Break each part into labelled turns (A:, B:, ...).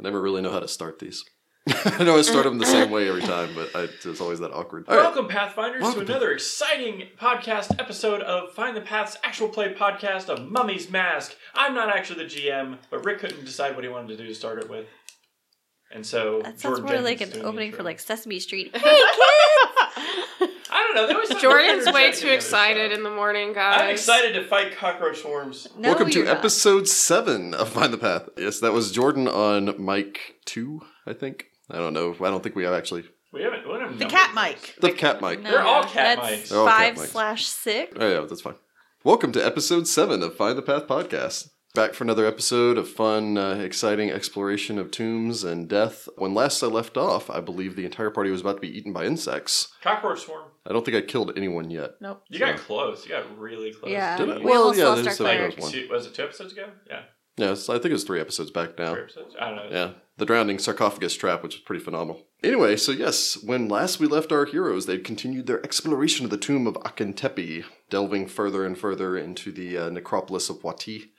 A: I never really know how to start these. I know I start them the same way every time, but I, it's always that awkward. All right.
B: Welcome, Pathfinders,
A: Welcome.
B: to another exciting podcast episode of Find the Path's actual play podcast of Mummy's Mask. I'm not actually the GM, but Rick couldn't decide what he wanted to do to start it with. And so,
C: That sounds
B: Jordan
C: more like
B: Jenkins
C: an
B: doing the
C: opening
B: intro.
C: for like Sesame Street. Hey kids!
B: I don't know. They always talk about
D: Jordan's way
B: interjecting
D: too
B: other
D: excited
B: stuff.
D: in the morning, guys.
B: I'm excited to fight cockroach swarms.
C: No,
A: Welcome to
C: you're not.
A: episode seven of Find the Path. Yes, that was Jordan on mic two, I think. I don't know. I don't think we have actually.
B: We haven't. We haven't
E: The
B: numbered
E: cat
B: those.
E: mic.
A: The cat mic.
C: No,
B: They're all cat mics.
C: that's
A: They're all cat
C: five
A: mics.
C: slash six.
A: Oh, yeah, that's fine. Welcome to episode seven of Find the Path podcast. Back for another episode of fun, uh, exciting exploration of tombs and death. When last I left off, I believe the entire party was about to be eaten by insects.
B: Cockroach swarm.
A: I don't think I killed anyone yet.
E: Nope.
B: You got
A: So-
B: close. You got really close.
C: Yeah.
A: Did I?
B: You-
C: We
A: Well,
C: almost
A: yeah,
C: lost
A: there's
C: our
A: so many
C: cleric.
A: was one.
B: two- was it two episodes ago? Yeah.
A: Yeah, it's, I think it was three episodes back now.
B: Three episodes. I don't know.
A: Yeah, the drowning sarcophagus trap, which was pretty phenomenal. Anyway, so yes, when last we left our heroes, they'd continued their exploration of the tomb of Akentepi, delving further and further into the uh, necropolis of Wati.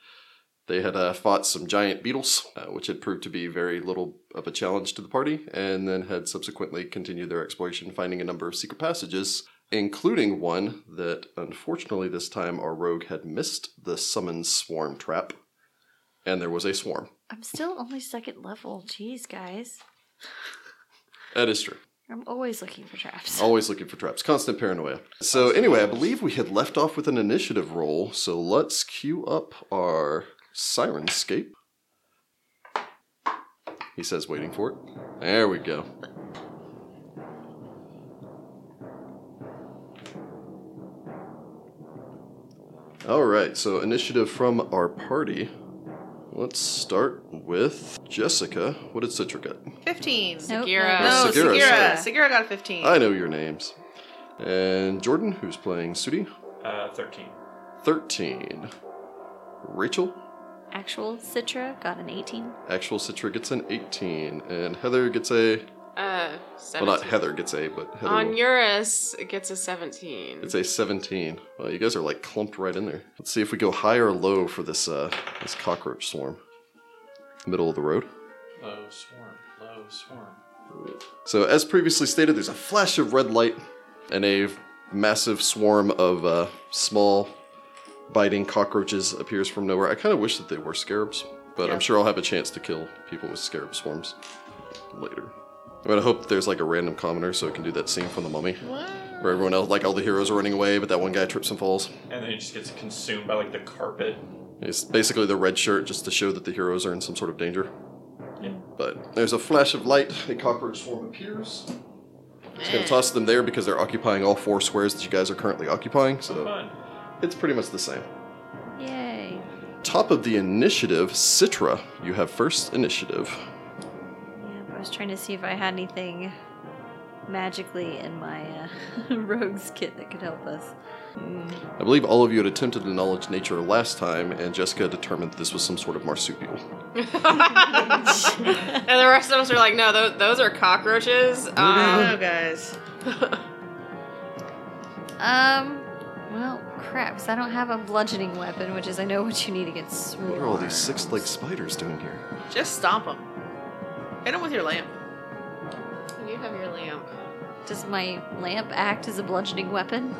A: They had uh, fought some giant beetles, uh, which had proved to be very little of a challenge to the party, and then had subsequently continued their exploration, finding a number of secret passages, including one that unfortunately this time our rogue had missed the summon swarm trap, and there was a swarm.
C: I'm still only second level. Jeez, guys.
A: That is true.
C: I'm always looking for traps.
A: Always looking for traps. Constant paranoia. So anyway, I believe we had left off with an initiative roll. So let's queue up our sirenscape. He says, waiting for it. There we go. All right. So initiative from our party. Let's start with Jessica. What did Citra get?
E: 15.
C: Nope,
D: Sagira.
E: No,
A: Sagira,
E: Sagira. Sagira,
C: sorry.
E: got a 15.
A: I know your names. And Jordan, who's playing Sudi,
B: Uh, Thirteen.
A: 13. Rachel,
C: Actual Citra got an 18.
A: actual Citra gets an 18. And Heather gets a.
D: Uh,
A: Well, not
D: 17.
A: Heather gets a, but Heather.
D: On
A: will-
D: Eurus, it gets a 17.
A: it's a 17. Well, you guys are like clumped right in there. Let's see if we go high or low for this uh, this cockroach swarm. Middle of the road.
B: Low swarm. Low swarm.
A: So, as previously stated, there's a flash of red light and a massive swarm of uh, small biting cockroaches appears from nowhere. I kind of wish that they were scarabs, but
E: Yeah.
A: I'm sure I'll have a chance to kill people with scarab swarms later. I'm gonna hope that there's like a random commoner so it can do that scene from the mummy where everyone else, like all the heroes, are running away, but that one guy trips and falls.
B: And then it just gets consumed by like the carpet.
A: It's basically the red shirt just to show that the heroes are in some sort of danger.
B: Yeah.
A: But there's a flash of light, a cockroach swarm appears. It's going to toss them there because they're occupying all four squares that you guys are currently occupying, so
B: Fun.
A: it's pretty much the same.
C: Yay.
A: Top of the initiative, Citra, you have first initiative.
C: Yeah, I was trying to see if I had anything magically in my uh, rogues kit that could help us.
A: I believe all of you had attempted the knowledge nature last time, and Jessica determined this was some sort of marsupial.
D: and the rest of us are like, no, those, those are cockroaches.
E: Hello,
D: Um,
E: Ah, guys.
C: Um, well, crap, because I don't have a bludgeoning weapon, which is I know what you need against swarms.
A: What are all these six-legged spiders doing here?
E: Just stomp them. Hit them with your lamp.
D: you have your lamp.
C: Does my lamp act as a bludgeoning weapon?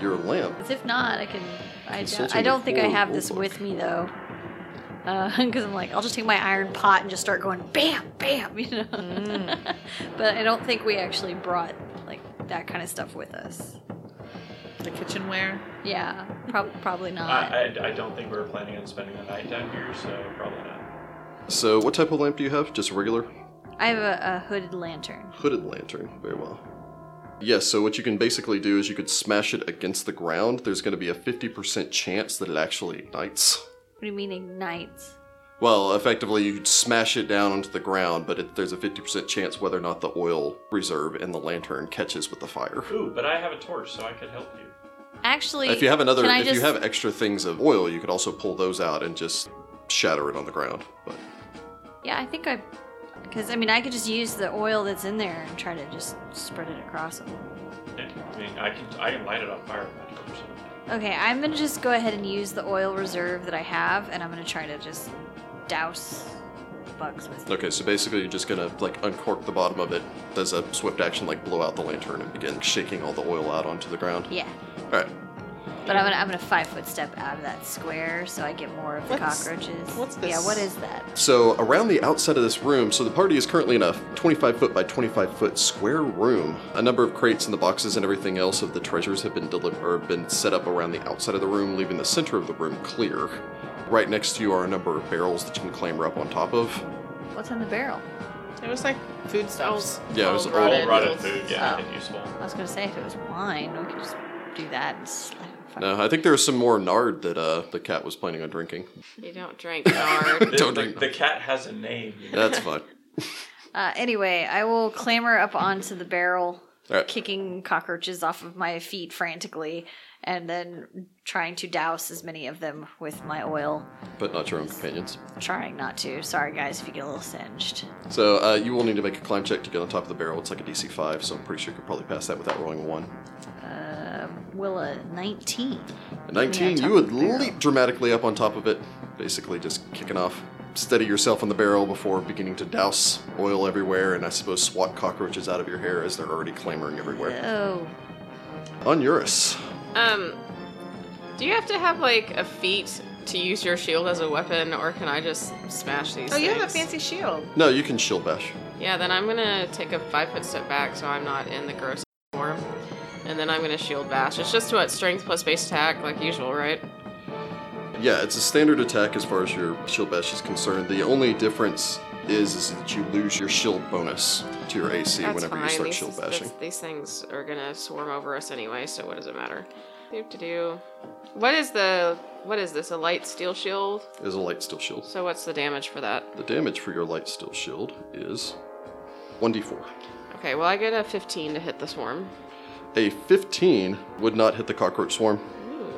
A: Your lamp.
C: 'Cause if not, I can. I don't,
A: Consulting
C: I
A: with
C: don't think I
A: Horror
C: have this
A: Rulebook.
C: with me though. Because I'm like, I'll just take my iron pot and just start going bam, bam, you know.
A: Mm.
C: but I don't think we actually brought like that kind of stuff with us.
E: The kitchenware.
C: Yeah, prob- probably not.
B: I, I, I don't think we were planning on spending the night down here, so probably not.
A: So, what type of lamp do you have? Just a regular?
C: I have a, a hooded lantern.
A: hooded lantern very well yes so what you can basically do is you could smash it against the ground there's going to be a 50% chance that it actually ignites
C: What do you mean ignites?
A: well effectively you could smash it down onto the ground but it, there's a 50% chance whether or not the oil reserve in the lantern catches with the fire
B: Ooh, but I have a torch, so I could help you.
C: Actually,
A: if you have another
C: can I
A: if you
C: just-
A: have extra things of oil you could also pull those out and just shatter it on the ground but
C: yeah, I think I, because I mean, I could just use the oil that's in there and try to just spread it across them.
B: Yeah, I mean, I can I can light it on fire with my torch. So.
C: Okay, I'm gonna just go ahead and use the oil reserve that I have, and I'm gonna try to just douse bugs with.
A: Okay, so basically you're just gonna like uncork the bottom of it. There's a swift action like blow out the lantern and begin shaking all the oil out onto the ground.
C: Yeah,
A: All right.
C: but I'm gonna I'm gonna five foot step out of that square so I get more of the
E: What's-
C: cockroaches.
E: what's
C: Yeah,
E: this?
C: what is that?
A: So around the outside of this room, so the party is currently in a 25 foot by 25 foot square room. A number of crates and the boxes and everything else of the treasures have been deli- or been set up around the outside of the room, leaving the center of the room clear. Right next to you are a number of barrels that you can clamber up on top of.
C: What's on the barrel?
E: It was like foodstuffs.
A: Yeah, it was
E: Old
A: old
B: All
E: rotted.
B: rotted food, yeah,
C: Oh.
B: and useful.
C: I was gonna say if it was wine, we could just do that. And slap it.
A: No, I think there was some more nard that uh, the cat was planning on drinking.
D: You don't drink nard.
B: The,
A: Don't
B: the-
A: drink.
B: the cat has a name. you know.
A: That's fine.
C: Uh, anyway, I will clamber up onto the barrel,
A: All right.
C: kicking cockroaches off of my feet frantically, and then trying to douse as many of them with my oil.
A: But not your own companions.
C: Trying not to. Sorry, guys, if you get a little singed.
A: So uh, you will need to make a climb check to get on top of the barrel. It's like a DC five, so I'm pretty sure you could probably pass that without rolling a one.
C: Will a 19.
A: At 19,
C: Yeah,
A: you
C: top
A: would
C: of the barrel.
A: leap dramatically up on top of it, basically just kicking off. Steady yourself on the barrel before beginning to douse oil everywhere, and I suppose swat cockroaches out of your hair as they're already clamoring everywhere.
C: Oh,
A: On Eurus,
D: um, do you have to have like a feat to use your shield as a weapon, or can I just smash these?
E: Oh, you have a
D: things?
E: fancy shield.
A: no, you can shield bash.
D: Yeah, then I'm gonna take a five foot step back so I'm not in the gross form, and then I'm gonna shield bash. It's just what strength plus base attack, like usual, right?
A: Yeah, it's a standard attack as far as your shield bash is concerned. The only difference is, is that you lose your shield bonus to your AC
D: That's
A: whenever
D: fine.
A: you start
D: these,
A: shield
D: that's-
A: bashing.
D: these things are gonna swarm over us anyway, so what does it matter? Do to do. What is the what is this? A light steel shield?
A: Is a light still shield.
D: So what's the damage for that?
A: The damage for your light still shield is 1d4.
D: Okay, well I get a 15 to hit the swarm.
A: A 15 would not hit the cockroach swarm.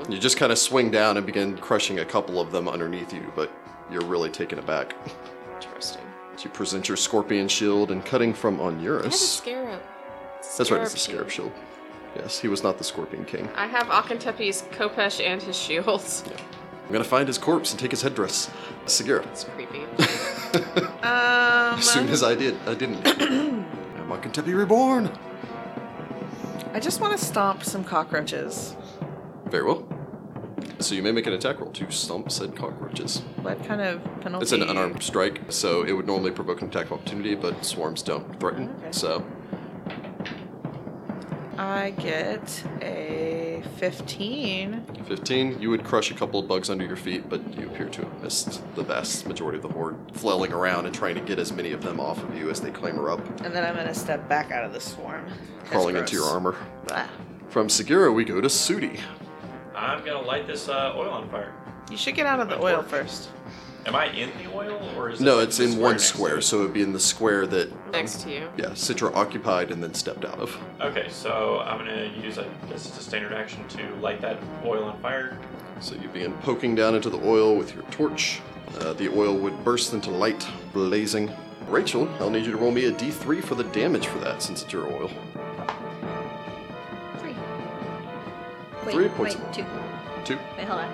A: You just kind of swing down and begin crushing a couple of them underneath you, but you're really taken aback.
D: Interesting.
A: So you present your scorpion shield and cutting from
D: I have a
A: Onurus.
D: scarab.
A: That's right, it's the scarab shield. Yes, he was not the scorpion king.
D: I have Akentepe's Kopesh and his shields.
A: I'm gonna find his corpse and take his headdress. Sagira.
D: It's creepy. Uh-huh.
E: Um,
A: As soon as I did, I didn't. I'm Akentepi reborn.
E: I just want to stomp some cockroaches.
A: Very well. So you may make an attack roll to stomp said cockroaches.
E: What kind of penalty?
A: It's an unarmed strike, so it would normally provoke an attack of opportunity, but swarms don't threaten.
E: Okay.
A: So
E: I get a 15.
A: 15, you would crush a couple of bugs under your feet, but you appear to have missed the vast majority of the horde, flailing around and trying to get as many of them off of you as they clamber up,
E: And then I'm going to step back out of the swarm. That's
A: crawling into
E: gross.
A: your armor.
E: Blah.
A: From Segura, we go to Sudi.
B: I'm gonna light this uh, oil on fire.
E: You should get out of the oil first.
B: Am I in the oil or is it
A: No, it's
B: the
A: in one
B: next to
A: square,
B: it?
A: so it would be in the square that,
D: Next to you.
A: yeah, Citra occupied and then stepped out of.
B: Okay, so I'm gonna use, I guess it's a standard action to light that oil on fire.
A: So you begin poking down into the oil with your torch. Uh, the oil would burst into light, blazing. Rachel, I'll need you to roll me a d3 for the damage for that since it's your oil.
C: three. Wait,
A: Three points
C: wait,
A: of-
C: two.
A: Two.
C: Wait, hold on.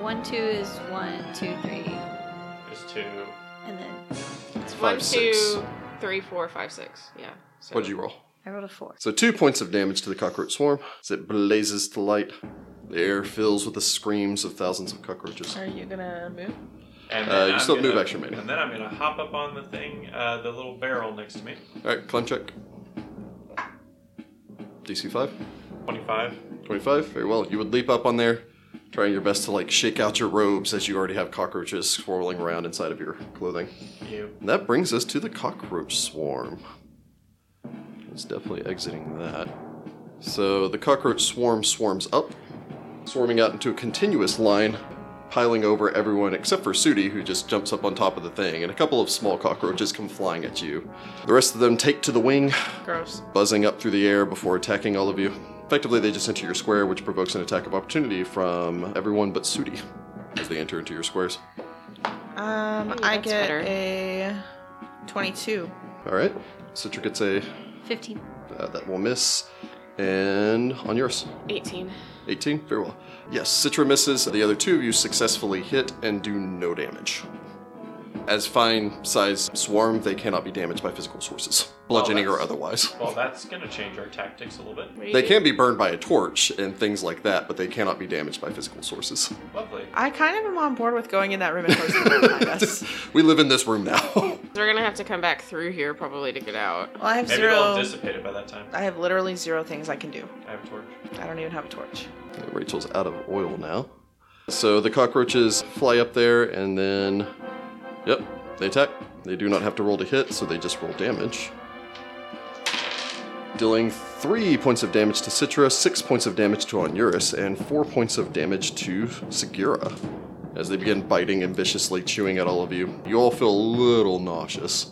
C: One, two is one, two, three,
B: Is to
C: and then
D: It's
A: Five,
D: one,
A: six.
D: two, three, four, five, six. Yeah. So
A: What'd you roll?
C: I rolled a four.
A: So two points of damage to the cockroach swarm as it blazes to light. The air fills with the screams of thousands of cockroaches.
E: Are you going to move?
B: and
A: Uh,
B: then
A: you
B: I'm
A: still have move
B: gonna-
A: action remaining.
B: And then I'm gonna hop up on the thing, uh, the little barrel next to me.
A: All right, climb check. DC 5,
B: 25.
A: 25. Very well. You would leap up on there, trying your best to like shake out your robes as you already have cockroaches swirling around inside of your clothing.
B: You.
A: And that brings us to the cockroach swarm. It's definitely exiting that. So the cockroach swarm swarms up, swarming out into a continuous line, piling over everyone except for Sudi, who just jumps up on top of the thing, and a couple of small cockroaches come flying at you. The rest of them take to the wing,
E: Gross.
A: buzzing up through the air before attacking all of you. Effectively, they just enter your square, which provokes an attack of opportunity from everyone but Sudi as they enter into your squares.
E: Um,
D: Ooh,
E: I
D: that's
E: get
D: better.
E: a 22.
A: All right, Citra gets a
C: Fifteen.
A: Uh, that will miss. And on yours,
D: 18.
A: 18. Very well. Yes, Citra misses. The other two of you successfully hit and do no damage. As fine sized swarm, they cannot be damaged by physical sources, bludgeoning or
B: that's-
A: otherwise.
B: Well, that's going to change our tactics a little bit.
D: We-
A: They can be burned by a torch and things like that, but they cannot be damaged by physical sources.
B: Lovely.
E: I kind of am on board with going in that room and closing the door behind us.
A: we live in this room now.
D: We're gonna have to come back through here probably to get out.
E: Well, I have
B: Maybe they'll
E: zero.
B: have dissipated by that time.
E: I have literally zero things I can do.
B: I have a torch.
E: I don't even have a torch.
A: Rachel's out of oil now. So the cockroaches fly up there and then. Yep, they attack. They do not have to roll to hit, so they just roll damage. Dealing three points of damage to Citra, six points of damage to Onuris, and four points of damage to Segura. As they begin biting and viciously chewing at all of you, you all feel a little nauseous.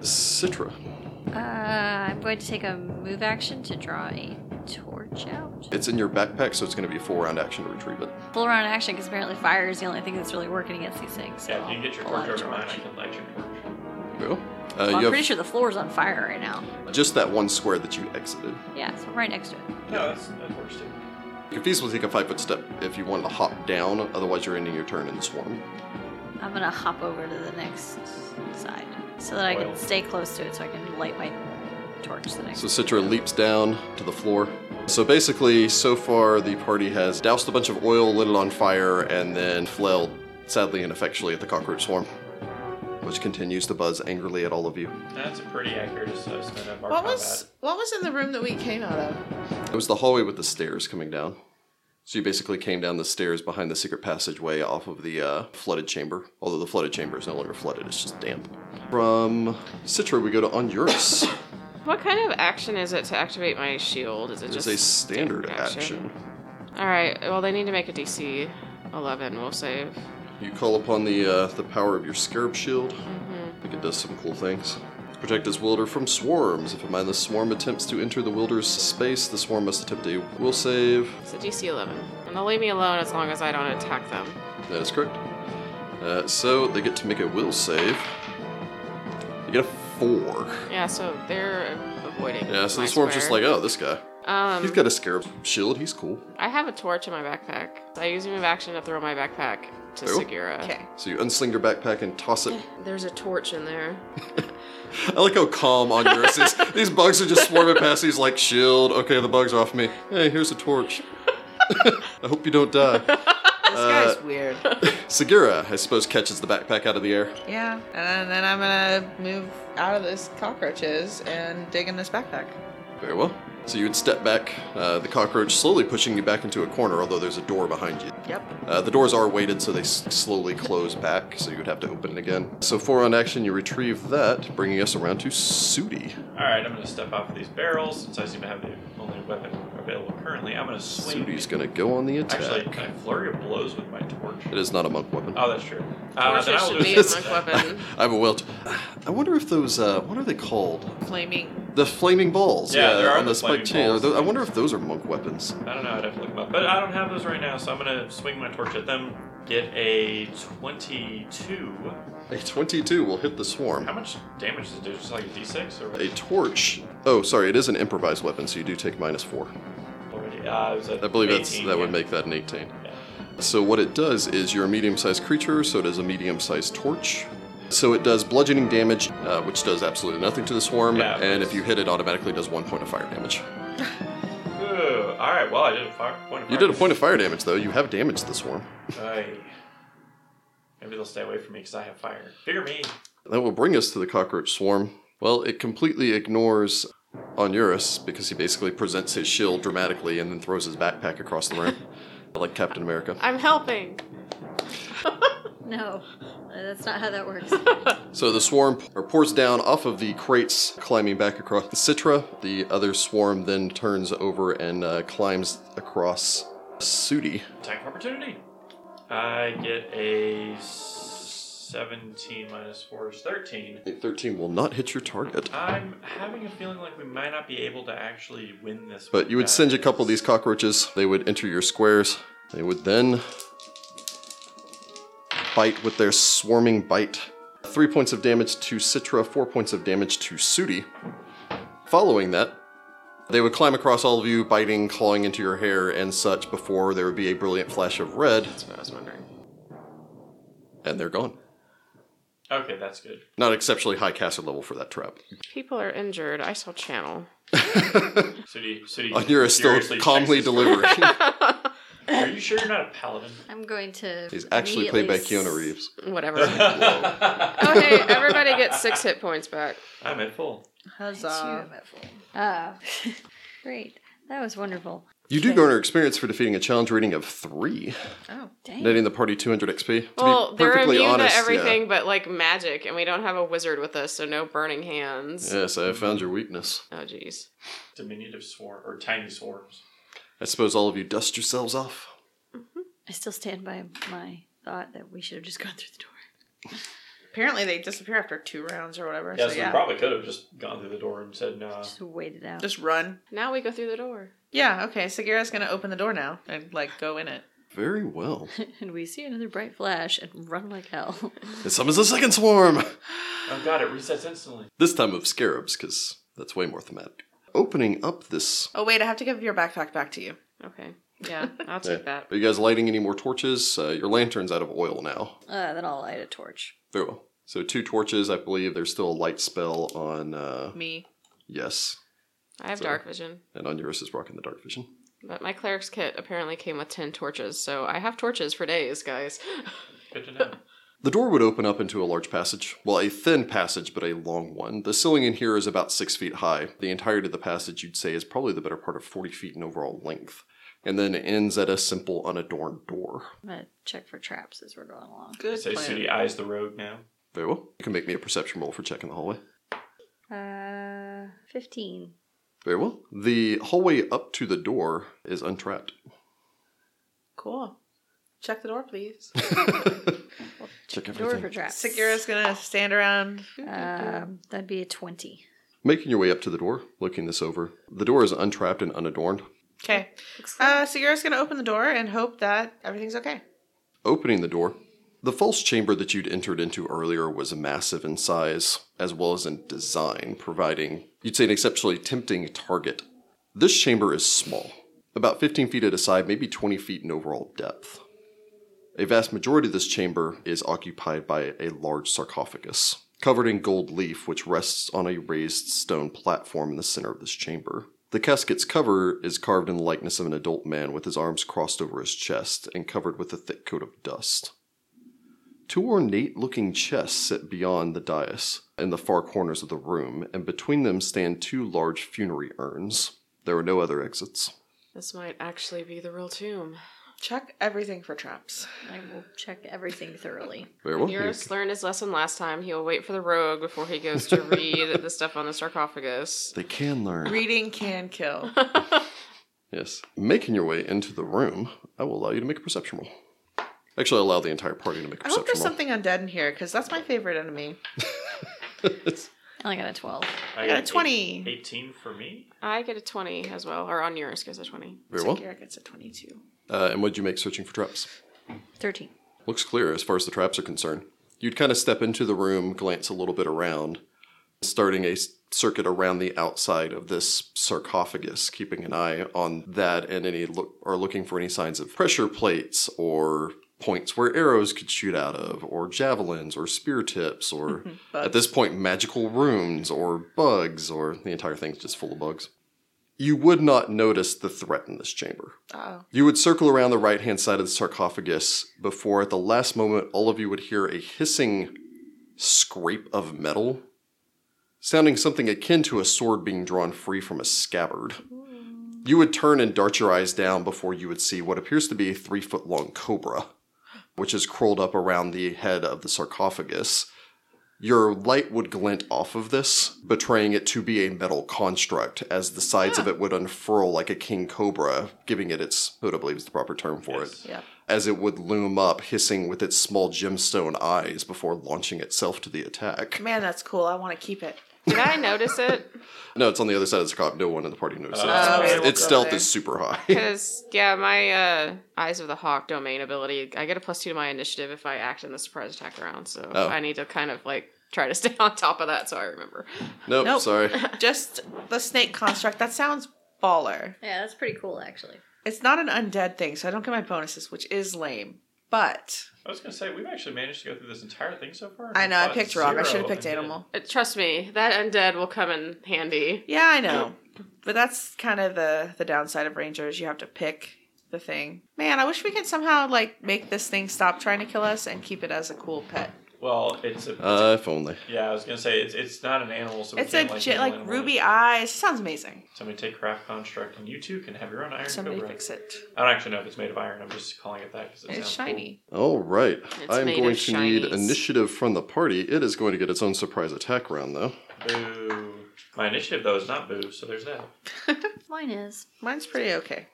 A: Citra,
C: Uh, I'm going to take a move action to draw a torch out.
A: it's in your backpack, so it's going to be a full round action to retrieve it.
C: Full round action because apparently fire is the only thing that's really working against these things. so
B: Yeah, if you can get your
C: I'll
B: torch
C: pull out a
B: over mine, I can light your torch.
A: Well, uh,
C: Well,
A: you
C: I'm
A: have
C: pretty sure the floor's on fire right now.
A: just that one square that you exited.
C: Yeah, so I'm right next to it.
B: No, that's, that works too.
A: You could feasibly take a five foot step if you wanted to hop down, otherwise, you're ending your turn in the swarm.
C: I'm gonna hop over to the next side so that I
B: Oil.
C: can stay close to it so I can light my torch the next.
A: So Citra leaps down to the floor. So basically, so far, the party has doused a bunch of oil, lit it on fire, and then flailed sadly and effectually at the cockroach swarm, which continues to buzz angrily at all of you.
B: That's a pretty accurate assessment of our
E: What
B: combat.
E: was what was in the room that we came out of?
A: It was the hallway with the stairs coming down. So you basically came down the stairs behind the secret passageway off of the uh, flooded chamber. Although the flooded chamber is no longer flooded, it's just damp. From Citra, we go to Onuris.
D: What kind of action is it to activate my shield? Is it
A: It is
D: just
A: a standard
D: standard
A: action.
D: All right. Well, they need to make a DC 11. We'll save.
A: You call upon the uh, the power of your scarab shield. I think it does some cool things. Protect this wielder from swarms. If a mindless swarm attempts to enter the wielder's space, the swarm must attempt a will save.
D: It's a DC 11, and they'll leave me alone as long as I don't attack them.
A: That is correct. Uh, so they get to make a will save. You get a four.
D: Yeah. So they're avoiding.
A: Yeah, so
D: my
A: the swarm's just like,
D: square.
A: oh, this guy.
D: Um,
A: He's got a scarab shield. He's cool.
D: I have a torch in my backpack. I use a move action to throw my backpack to
A: Cool.
D: Segura.
E: Okay.
A: So you unsling your backpack and toss it.
D: There's a torch in there.
A: I like how calm Onuris is. These bugs are just swarming past. He's like, shield. Okay, the bugs are off me. Hey, here's a torch. I hope you don't die.
E: This
A: Uh,
E: guy's weird.
A: Segura, I suppose, catches the backpack out of the air.
E: Yeah. And then I'm gonna move out of this cockroaches and dig in this backpack.
A: Very well. So you would step back, uh, the cockroach slowly pushing you back into a corner, although there's a door behind you.
E: Yep.
A: Uh, the doors are weighted, so they s- slowly close back, so you would have to open it again. So, for on action, you retrieve that, bringing us around to Sudi.
B: Alright, I'm going to step off of these barrels since I seem to have the only weapon available currently. I'm going to swing.
A: Sudi's gonna go on the attack.
B: Actually, can I flurry of blows with my torch?
A: it is not a monk weapon.
B: Oh, that's true. Uh,
D: Torch
B: then I will
D: should
B: do
D: be a
B: this.
D: monk weapon.
A: I have a wilt. I wonder if those, uh, what are they called?
E: Flaming.
A: The flaming balls.
B: Yeah, there are
A: on
B: the
A: the spike
B: flaming
A: chain. Are
B: balls.
A: tho- I wonder if those are monk weapons.
B: I don't know. I'd have to look them up. But I don't have those right now, so I'm going to swing my torch at them. Get a 22.
A: A 22 will hit the swarm.
B: How much damage does it do? Just like a d6 or what?
A: A torch. Oh, sorry, it is an improvised weapon, so you do take minus four.
B: already? Uh, it was a
A: I believe that's
B: 18,
A: that would
B: yeah.
A: make that an 18.
B: Yeah.
A: So what it does is you're a medium-sized creature, so it is a medium-sized torch. So it does bludgeoning damage, uh, which does absolutely nothing to the swarm,
B: Yeah,
A: and
B: it's-
A: if you hit it, automatically does one point of fire damage.
B: Ooh, all right. Well, I did a fire, point of
A: You
B: fire.
A: did a point of fire damage though. You have damaged the swarm.
B: Aye. Maybe they'll stay away from me because I have fire. Figure me.
A: That will bring us to the cockroach swarm. Well, it completely ignores Onuris because he basically presents his shield dramatically and then throws his backpack across the room, like Captain America.
D: I'm helping.
C: No, that's not how that works.
A: So the swarm p- or pours down off of the crates, climbing back across Citra. The other swarm then turns over and uh, climbs across Sudi.
B: Attack of opportunity. I get a 17 minus 4 is 13.
A: A 13 will not hit your target.
B: I'm having a feeling like we might not be able to actually win this.
A: But you would singe a couple of these cockroaches. They would enter your squares. They would then bite with their swarming bite. Three points of damage to Citra, four points of damage to Sudi. Following that, they would climb across all of you, biting, clawing into your hair and such before there would be a brilliant flash of red,
D: That's what I was wondering.
A: and they're gone.
B: Okay, that's good.
A: Not exceptionally high caster level for that trap.
D: People are injured. I saw channel.
B: So do you, so do you
A: Onira is still
B: furiously
A: calmly
B: checks-
A: delivering.
B: Are you sure you're not a paladin?
C: I'm going to.
A: He's actually played by
C: immediately
A: Keanu Reeves.
D: Whatever.
B: I'm
D: oh hey, everybody gets six hit points back.
B: at full.
E: Huzzah.
C: Ah, great. That was wonderful.
A: You do garner experience for defeating a challenge rating of three,
E: Oh.
C: Dang.
A: netting the party 200 XP. To
D: Well,
A: be
D: they're
A: perfectly
D: immune
A: honest,
D: to
A: yeah.
D: everything but like magic, and we don't have a wizard with us, so no burning hands.
A: Yes, I have found your weakness.
D: Oh jeez.
B: Diminutive swarm or tiny swarms.
A: I suppose all of you dust yourselves off.
C: I still stand by my thought that we should have just gone through the door.
E: Apparently they disappear after two rounds or whatever.
B: Yeah,
E: so
B: so we
E: yeah.
B: probably could have just gone through the door and said, "Nah."
C: Just wait it out.
E: Just run.
D: Now we go through the door.
E: Yeah, okay. Sagira's gonna open the door now and like go in it.
A: Very well.
C: and we see another bright flash and run like hell.
A: It summons a second swarm!
B: Oh god, it resets instantly.
A: This time of scarabs, because that's way more thematic. Opening up this.
E: Oh wait, I have to give your backpack back to you.
D: Okay. Yeah, I'll take
A: Yeah.
D: that.
A: Are you guys lighting any more torches? Uh, your lantern's out of oil now.
C: Uh, then I'll light a torch.
A: Very well. So two torches, I believe. There's still a light spell on uh
E: Me.
A: yes,
D: I have
A: So-
D: dark vision,
A: and on Eurus is rocking the dark vision.
D: but my cleric's kit apparently came with ten torches, so I have torches for days, guys.
B: Good to know.
A: The door would open up into a large passage. Well, a thin passage, but a long one. The ceiling in here is about six feet high. The entirety of the passage, you'd say, is probably the better part of 40 feet in overall length. And then ends at a simple, unadorned door.
C: I'm gonna check for traps as we're going along.
E: Good
B: Say,
E: plan.
B: Sudi eyes the road now.
A: Very well. You can make me a perception roll for checking the hallway.
C: Uh, fifteen.
A: Very well. The hallway up to the door is untrapped.
E: Cool. Check the door, please.
A: Check
C: Door for
A: everything.
C: traps.
E: Sagira's gonna stand around.
C: Um, that'd be a twenty.
A: Making your way up to the door, looking this over. The door is untrapped and unadorned.
E: Okay. Uh, Sagira's gonna open the door and hope that everything's okay.
A: Opening the door, the false chamber that you'd entered into earlier was massive in size, as well as in design, providing, you'd say, an exceptionally tempting target. This chamber is small, about 15 feet at a side, maybe 20 feet in overall depth. A vast majority of this chamber is occupied by a large sarcophagus, covered in gold leaf, which rests on a raised stone platform in the center of this chamber. The casket's cover is carved in the likeness of an adult man with his arms crossed over his chest and covered with a thick coat of dust. Two ornate looking chests sit beyond the dais in the far corners of the room, and between them stand two large funerary urns. There are no other exits.
D: This might actually be the real tomb.
E: Check everything for traps.
C: I will check everything thoroughly.
A: Very well. you
D: Eurus learned his lesson last time. He'll wait for the rogue before he goes to read the stuff on the sarcophagus.
A: They can learn.
E: Reading can kill.
A: Yes. Making your way into the room, I will allow you to make a perception roll. Actually, I'll allow the entire party to make a
E: I hope
A: perception
E: there's
A: roll.
E: something undead in here because that's my favorite enemy.
C: I got a twelve.
E: I got a
B: eight-
E: 20.
B: Eighteen for me.
D: I get a 20 as well, or on yours goes a 20.
A: Very well.
E: Sagira gets a 22.
A: Uh, and what'd you make searching for traps?
C: Thirteen.
A: Looks clear as far as the traps are concerned. You'd kind of step into the room, glance a little bit around, starting a s- circuit around the outside of this sarcophagus, keeping an eye on that and any look or looking for any signs of pressure plates or points where arrows could shoot out of, or javelins, or spear tips, or at this point magical runes or bugs, or the entire thing's just full of bugs. You would not notice the threat in this chamber.
E: Oh.
A: You would circle around the right hand side of the sarcophagus before, at the last moment, all of you would hear a hissing scrape of metal, sounding something akin to a sword being drawn free from a scabbard. You would turn and dart your eyes down before you would see what appears to be a three foot long cobra, which is curled up around the head of the sarcophagus. Your light would glint off of this, betraying it to be a metal construct, as the sides of it would unfurl like a king cobra, giving it its hood, I believe is the proper term for it,
E: Yeah.
A: as it would loom up, hissing with its small gemstone eyes before launching itself to the attack.
E: Man, that's cool. I want to keep it.
D: Did I notice it?
A: No, it's on the other side of the cop. No one in the party notices. it.
B: Oh, okay,
A: Its-
E: we'll
A: its
E: go
A: stealth
E: there.
A: is super high.
D: Because, yeah, my uh, Eyes of the Hawk domain ability, I get a plus two to my initiative if I act in the surprise attack round. So
A: Oh.
D: I need to kind of like try to stay on top of that so I remember.
A: nope,
E: Nope.
A: sorry.
E: Just the snake construct. That sounds baller.
C: Yeah, that's pretty cool actually.
E: It's not an undead thing, so I don't get my bonuses, which is lame. But
B: I was gonna say we've actually managed to go through this entire thing so far. and
E: I know I
B: fought
E: picked Rob. I
B: zero
E: should have picked
B: undead.
E: Animal.
D: Uh, Trust me, that undead will come in handy.
E: Yeah, I know. But that's kind of the the downside of rangers. You have to pick the thing. Man, I wish we could somehow like make this thing stop trying to kill us and keep it as a cool pet.
B: Well, it's a
A: Uh, if only.
B: yeah. I was gonna say it's, it's not an animal, so we
E: it's a
B: can't,
E: like,
B: handle
E: like
B: animals.
E: ruby eyes. Sounds amazing.
B: Somebody take craft construct, and you too can have your own iron
E: Somebody
B: cobra.
E: fix it.
B: I don't actually know if it's made of iron. I'm just calling it that because it
E: It's
B: sounds
E: shiny.
A: All right.
D: It's
A: I am
D: made
A: going
D: of
A: to need
D: shinies.
A: initiative from the party. It is going to get its own surprise attack round, though.
B: Cool. Boo. My initiative though is not boo, so there's that.
C: Mine is.
E: Mine's pretty okay.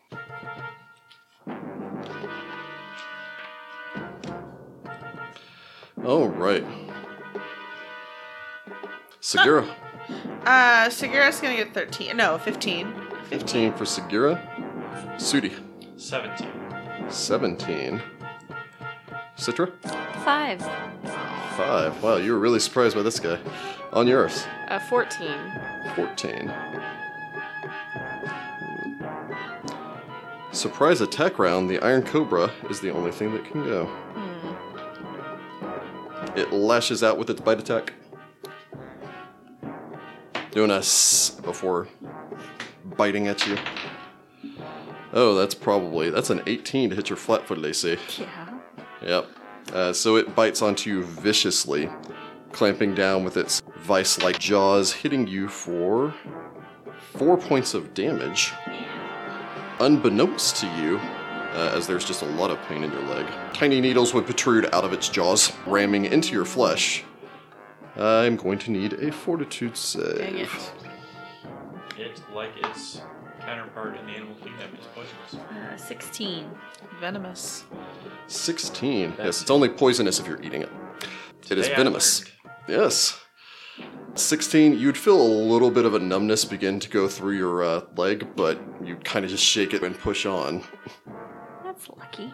A: All right. Sagira.
E: Uh, Sagira's gonna get thirteen. No, fifteen.
A: 15 for Sagira. Sudi.
B: Seventeen.
A: 17. Citra.
C: Five.
A: 5. Wow, you were really surprised by this guy. On yours.
D: Uh, 14.
A: 14. Surprise attack round, the Iron Cobra is the only thing that can go. It lashes out with its bite attack. Doing a s before biting at you. Oh, that's probably that's an 18 to hit your flat footed AC.
E: Yeah.
A: Yep. Uh, so it bites onto you viciously, clamping down with its vice like jaws, hitting you for four points of damage. Unbeknownst to you, uh, as there's just a lot of pain in your leg, tiny needles would protrude out of its jaws, ramming into your flesh. I'm going to need a fortitude save.
D: Dang it.
B: It like its counterpart in the animal kingdom is poisonous.
C: Uh, 16.
E: Venomous.
A: 16. yes, it's only poisonous if you're eating it. It is
B: Today I
A: venomous.
B: learned.
A: Yes. 16, you'd feel a little bit of a numbness begin to go through your uh, leg, but you kind of just shake it and push on.
C: That's lucky.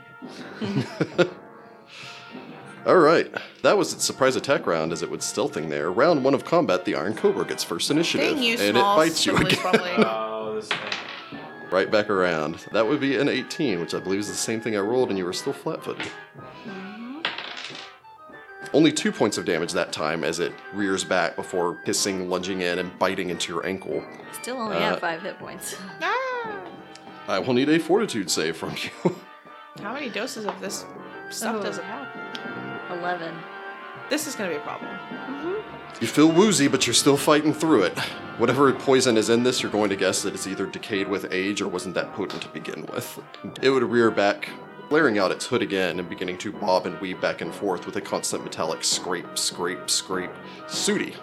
A: All right, that was its surprise attack round as it would stealthing there. Round one of combat, the Iron Cobra gets first initiative,
E: Dang you,
A: and
E: small
A: it bites you
E: swivelly
A: again.
E: bubbly.
B: Oh, this thing.
A: right back around. That would be an 18, which I believe is the same thing I rolled, and you were still flat footed. Only two points of damage that time as it rears back before hissing, lunging in, and biting into your ankle.
C: Still only
A: Uh,
C: have five hit points.
E: Ah.
A: I will need a fortitude save from you.
E: How many doses of this stuff
C: Oh.
E: does it have?
C: 11.
E: This is gonna be a problem.
A: you feel woozy, but you're still fighting through it. Whatever poison is in this, you're going to guess that it's either decayed with age or wasn't that potent to begin with. It would rear back, flaring out its hood again and beginning to bob and weave back and forth with a constant metallic scrape, scrape, scrape. Sooty,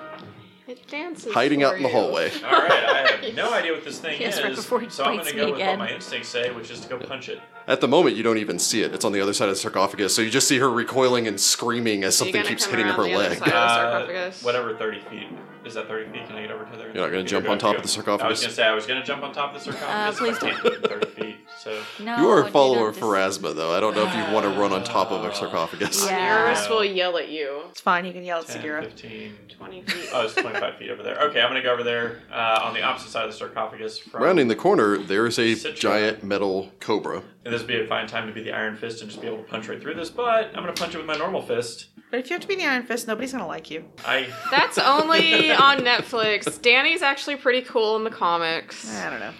D: It dances.
A: hiding out
D: for
A: in the
D: you.
A: hallway.
B: All right, I have no idea what this thing
C: Yes,
B: is,
C: right before he
B: so I'm
C: bites
B: gonna go
C: me
B: with
C: again.
B: what my instincts say, which is to go punch it.
A: At the moment, you don't even see it. It's on the other side of the sarcophagus, so you just see her recoiling and screaming as
D: So you
A: something
D: gotta
A: keeps
D: come
A: hitting
D: around
A: her
D: the other
A: leg.
D: side.
B: Uh,
D: sarcophagus.
B: whatever, 30 feet. Is that 30 feet? Can I get over to there?
A: You're not gonna
B: Can I
A: jump
B: go
A: on top
B: to-
A: of the sarcophagus?
B: I was going to say, I was going to jump on top of the sarcophagus.
C: Uh, please
B: if I can't
C: don't.
B: get 30 feet, so.
C: No.
A: You are
D: Oh,
A: a
C: Dina,
A: follower of
C: this-
A: Pharasma, though. I don't know if you want to run on top of a sarcophagus.
C: Yeah.
D: Eurus will yell at you.
E: It's fine. You can yell at
B: 10,
E: Sagira.
B: 15.
D: 20 feet.
B: Oh, it's 25 feet over there. Okay, I'm going to go over there uh, on the opposite side of the sarcophagus. From,
A: Rounding the corner, there's a
B: Citra.
A: giant metal cobra.
B: And this would be a fine time to be the iron fist and just be able to punch right through this, but I'm going to punch it with my normal fist.
E: But if you have to be the Iron Fist, nobody's gonna like you.
B: I.
D: That's only on Netflix. Danny's actually pretty cool in the comics.
E: I don't know.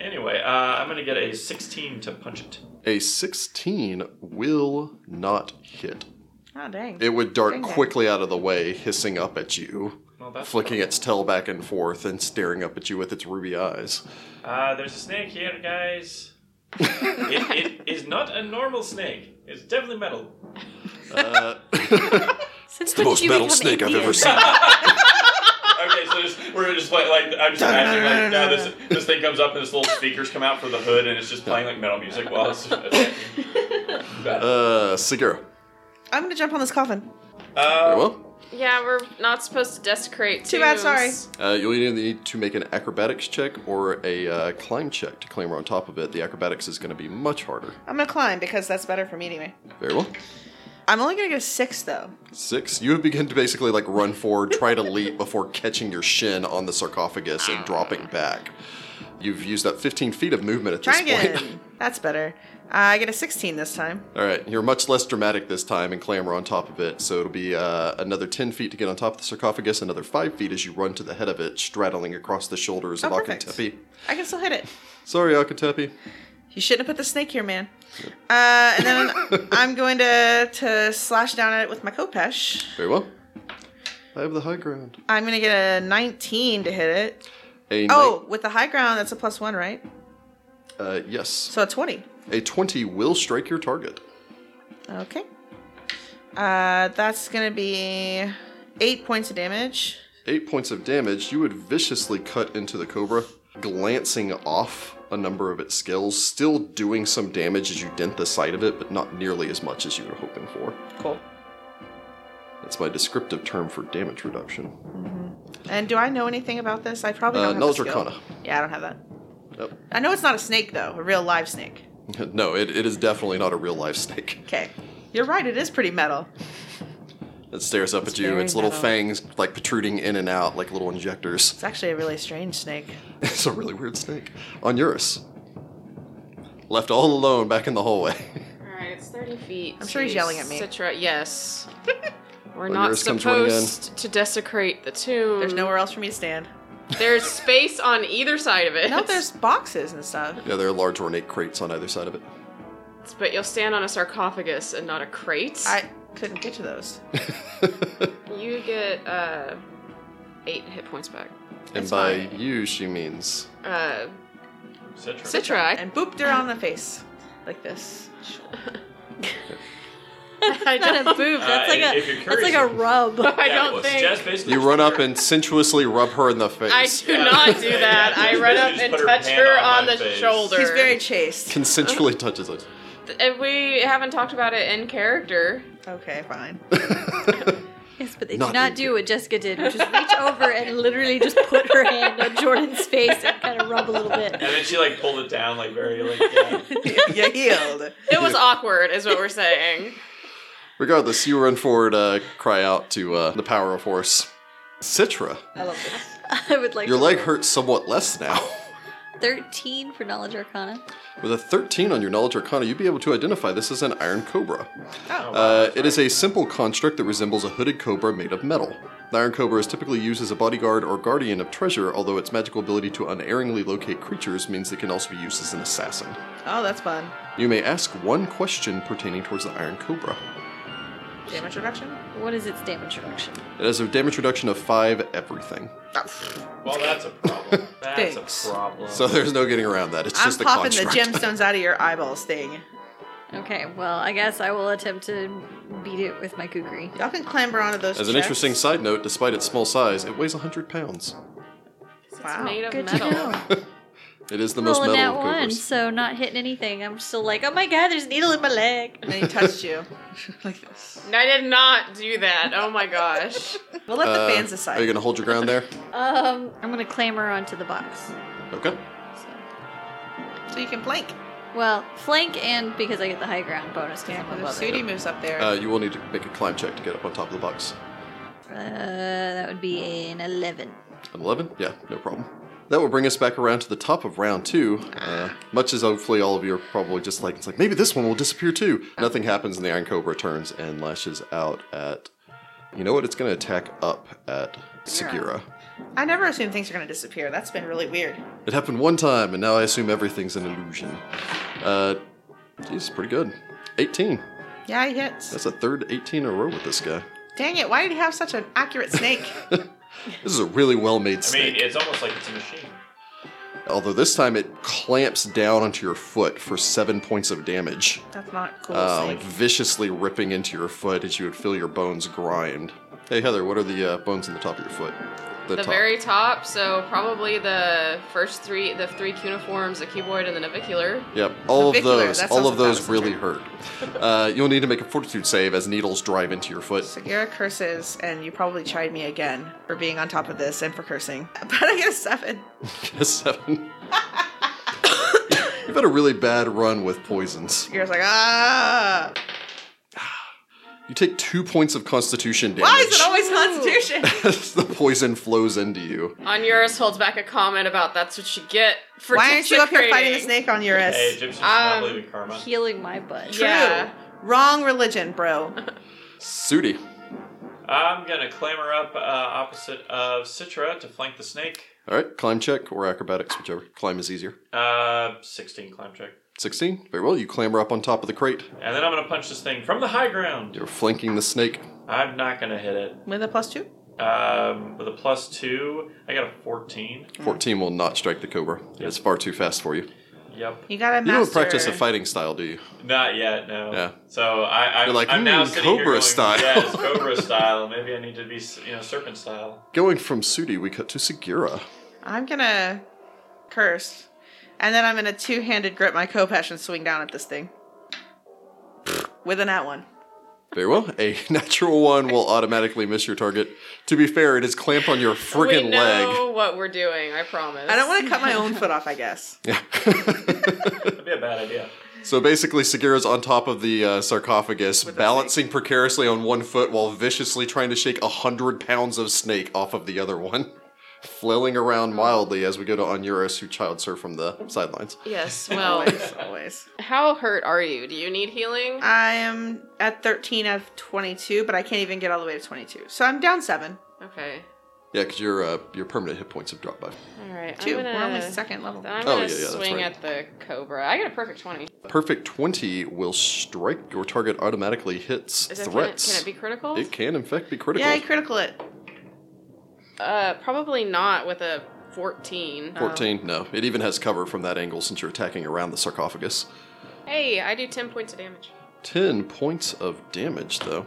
B: Anyway, uh, I'm going to get a 16 to punch it.
A: A 16 will not hit.
E: Oh dang.
A: It would dart
E: Dang it.
A: quickly out of the way, hissing up at you,
B: Well, that's
A: flicking its tail back and forth, and staring up at you with its ruby eyes.
B: Uh, there's a snake here, guys. it, it is not a normal snake. It's definitely metal.
A: Uh,
C: Since
A: the
C: when
A: most
C: did you
A: metal
C: become
A: snake I've ever
C: atheist?
A: seen.
B: Okay, so just, we're just like, like I'm just imagining like now this this thing comes up and this little speakers come out for the hood and it's just playing like metal music while it's attacking.
A: Uh, Segura.
E: I'm gonna jump on this coffin.
A: Very
B: Uh,
A: well.
D: Yeah, we're not supposed to desecrate.
E: Too bad,
D: tombs.
E: sorry.
A: Uh, you'll either need to make an acrobatics check or a uh, climb check to clamber on top of it. The acrobatics is going to be much harder.
E: I'm gonna climb because that's better for me anyway.
A: Very well.
E: I'm only gonna get a six though.
A: Six. You begin to basically like run forward, try to leap before catching your shin on the sarcophagus
E: Ah.
A: and dropping back. You've used up 15 feet of movement at this
E: Try again.
A: point.
E: That's better. Uh, I get a 16 this time.
A: All right, you're much less dramatic this time and clamber on top of it, so it'll be uh, another 10 feet to get on top of the sarcophagus, another 5 feet as you run to the head of it, straddling across the shoulders of
E: Oh, perfect.
A: Akintepi.
E: I can still hit it.
A: Sorry, Akintepi.
E: You shouldn't have put the snake here, man. Uh, and then I'm going to to slash down at it with my Kopesh.
A: Very well. I have the high ground.
E: I'm going to get a 19 to hit it.
A: A
E: Oh, with the high ground, that's a plus one, right?
A: nine- uh, yes.
E: So a 20.
A: A 20 will strike your target.
E: Okay. Uh, that's going to be eight points of damage.
A: 8 points of damage, you would viciously cut into the cobra, glancing off a number of its scales, still doing some damage as you dent the side of it, but not nearly as much as you were hoping for.
E: Cool.
A: That's my descriptive term for damage reduction.
E: And do I know anything about this? I probably
A: Uh,
E: don't have
A: Null's
E: the skill.
A: Arcana.
E: Yeah, I don't have that.
A: Nope.
E: I know it's not a snake, though, a real live snake.
A: no, it, it is definitely not a real life snake.
E: Okay. You're right, it is pretty metal.
A: It stares up at you,
D: very
A: its little
D: metal.
A: fangs like protruding in and out like little injectors.
E: It's actually a really strange snake.
A: it's a really weird snake. On Eurus. Left all alone back in the hallway.
D: All right, it's 30 feet.
E: I'm sure he's yelling at me.
D: Citra, yes. We're
A: When
D: not
A: yours comes running in.
D: supposed to desecrate the tomb.
E: There's nowhere else for me to stand.
D: There's space on either side of it.
E: No, there's boxes and stuff.
A: yeah, there are large ornate crates on either side of it.
D: But you'll stand on a sarcophagus and not a crate.
E: I couldn't get to those.
D: You get uh, eight hit points back.
A: and
E: It's
A: by
E: fine.
A: you, she means.
D: Uh,
B: Citra.
D: Citra, I,
E: And booped her on the face. Like this.
D: I
C: That's not a
D: don't.
C: boob. That's
B: Uh,
C: like
B: if you're
C: a that's like a
B: curious-
C: rub.
D: I
B: Yeah,
D: don't
B: well,
D: think.
B: Jess basically
A: You
B: just
A: run
B: put
A: up
B: her-
A: and sensuously rub her in the face.
D: I do
B: Yeah, I
D: not
B: was
D: do
B: gonna say,
D: that.
B: yeah,
D: I
B: Jess
D: run up
B: basically
D: and
B: just put her
D: touch
B: hand
D: her
B: on
D: on
B: my
D: the
B: face.
D: shoulder.
E: He's very chaste.
A: Consensually touches it.
D: If we haven't talked about it in character,
E: Okay, fine.
C: Yes, but they
A: Not
C: do not
A: me.
C: do what Jessica did, which is reach over and literally just put her hand on Jordan's face and kind of rub a little bit.
B: And then she like pulled it down like very like yeah.
E: you healed.
D: it was awkward, is what we're saying.
A: Regardless, you run forward, uh, cry out to uh, the power of horse. Citra,
E: I love this.
C: I would like
A: your
C: to
A: leg
C: roll
A: hurts somewhat less now.
C: Thirteen for knowledge arcana.
A: With a 13 on your knowledge arcana, you'd be able to identify this as an iron cobra.
B: Oh, wow.
A: Uh, it is a simple construct that resembles a hooded cobra made of metal. The iron cobra is typically used as a bodyguard or guardian of treasure, although its magical ability to unerringly locate creatures means it can also be used as an assassin.
E: Oh, that's fun.
A: You may ask one question pertaining towards the iron cobra.
E: Damage reduction?
C: What is its damage reduction?
A: It has a damage reduction of 5 everything.
B: well, that's a problem. That's
E: Thanks.
B: a problem.
A: So there's no getting around that. It's
E: I'm
A: just a
E: popping the
A: construct.
E: gemstones out of your eyeballs thing.
C: Okay, well I guess I will attempt to beat it with my kukri.
E: Y'all can clamber onto those.
A: As an
E: chests.
A: interesting side note, despite its small size, it weighs 100 pounds.
E: Wow.
D: It's made of
C: Good
D: metal.
C: to know.
A: It is the most
C: Rolling
A: metal
C: that
A: of
C: one,
A: cobras.
C: so not hitting anything. I'm still like, oh my god, there's a needle in my leg.
E: And then he touched you like this.
D: I did not do that. Oh my gosh.
E: We'll let
A: Uh,
E: the fans
A: Are you
E: decide.
A: going to hold your ground there?
C: Um, I'm gonna clamber onto the box.
A: Okay.
C: So.
E: So you can flank.
C: Well, flank and because I get the high ground bonus because I'm above it.
E: Sudi moves up there.
A: Uh, you will need to make a climb check to get up on top of the box.
C: Uh, that would be an 11.
A: An 11? Yeah, no problem. That will bring us back around to the top of round two. Uh,
B: Ah.
A: much as hopefully all of you are probably just like, it's like, maybe this one will disappear too.
B: Ah.
A: Nothing happens, and the Iron Cobra turns and lashes out at. You know what? It's going to attack up at Segura.
E: I never assume things are going to disappear. That's been really weird.
A: It happened one time, and now I assume everything's an illusion. Uh, geez, pretty good. 18.
E: Yeah, he hits.
A: That's a third 18 in a row with this guy.
E: Dang it! Why did he have such an accurate snake?
A: This is a really well made
B: I
A: snake.
B: mean, it's almost like it's a machine.
A: Although this time it clamps down onto your foot for seven points of damage.
E: That's not cool.
A: um,
E: snake.
A: viciously ripping into your foot as you would feel your bones grind. Hey Heather, what are the uh, bones on the top of your foot?
D: The very top, so probably the first three, the three cuneiforms, the cuboid, and the navicular.
A: Yep, all of
E: Navicular,
A: those,
E: that
A: all
E: sounds
A: of those
E: like that
A: really hurt. Uh, you'll need to make a fortitude save as needles drive into your foot.
E: Sagira curses, and you probably chide me again for being on top of this and for cursing. But I get a seven.
A: A Seven. You've had a really bad run with poisons.
E: Sagira's like, ah.
A: You take two points of constitution damage.
E: Why is it always Constitution?
A: as the poison flows into you.
D: On yours holds back a comment about that's what you get for
E: Why aren't you up here fighting the
D: disintegrating."
E: snake on your ass?
B: Hey, Egyptians do
D: Um,
B: not believe in karma.
C: Healing my butt.
E: True.
D: Yeah.
E: Wrong religion, bro.
A: Sudi.
B: I'm gonna clamber up uh, opposite of Citra to flank the snake.
A: All right, climb check or acrobatics, whichever. Climb is easier.
B: Uh, 16 climb check.
A: 16. Very well, you clamber up on top of the crate.
B: And then I'm gonna punch this thing from the high ground.
A: You're flanking the snake.
B: I'm not gonna hit it.
E: With a plus two?
B: Um, with a plus two, I got a 14.
A: 14 will not strike the cobra. It's far too fast for you.
B: Yep.
E: You gotta
A: You
E: master.
A: don't practice a fighting style, do you?
B: Not yet, no.
A: Yeah.
B: So I, I'm,
A: You're like,
B: I'm now
A: "Hmm,
B: sitting here
A: Cobra
B: going,
A: style."
B: Yeah, it's Cobra style. Maybe I need to be, you know, Serpent style.
A: Going from Sudi, we cut to Segura.
E: I'm gonna curse. And then I'm gonna two handed grip my Kopesh and swing down at this thing. With a nat one.
A: Very well. A natural one will automatically miss your target. To be fair, it is clamped on your friggin'
D: we
A: leg.
D: know what we're doing. I promise.
E: I don't wanna cut my own foot off, I guess.
B: That'd be a bad idea.
A: So basically, Segura's on top of the uh, sarcophagus,
E: the
A: balancing precariously on one foot while viciously trying to shake a hundred pounds of snake off of the other one, flailing around wildly as we go to Onuris, who childs her from the sidelines.
D: Yes. Well,
E: Always, always.
D: how hurt are you? Do you need healing?
E: I am at 13 out of 22, but I can't even get all the way to 22. So I'm down seven.
D: Okay.
A: Yeah, because your uh, your permanent hit points have dropped by.
D: All right.
E: Two.
D: I'm gonna,
E: We're only second level.
D: I'm
A: Oh, yeah,
D: gonna
A: yeah, that's
D: swing
A: right.
D: at the cobra. I got a perfect twenty.
A: Perfect twenty will strike. Your target automatically hits
D: Is that, can, it,
A: threats.
D: can it be critical?
A: It can, in fact, be critical.
E: Yeah, I critical it.
D: uh, probably not with a fourteen.
A: 14, no. It even has cover from that angle since you're attacking around the sarcophagus.
D: Hey, I do ten points of damage.
A: 10 points of damage, though.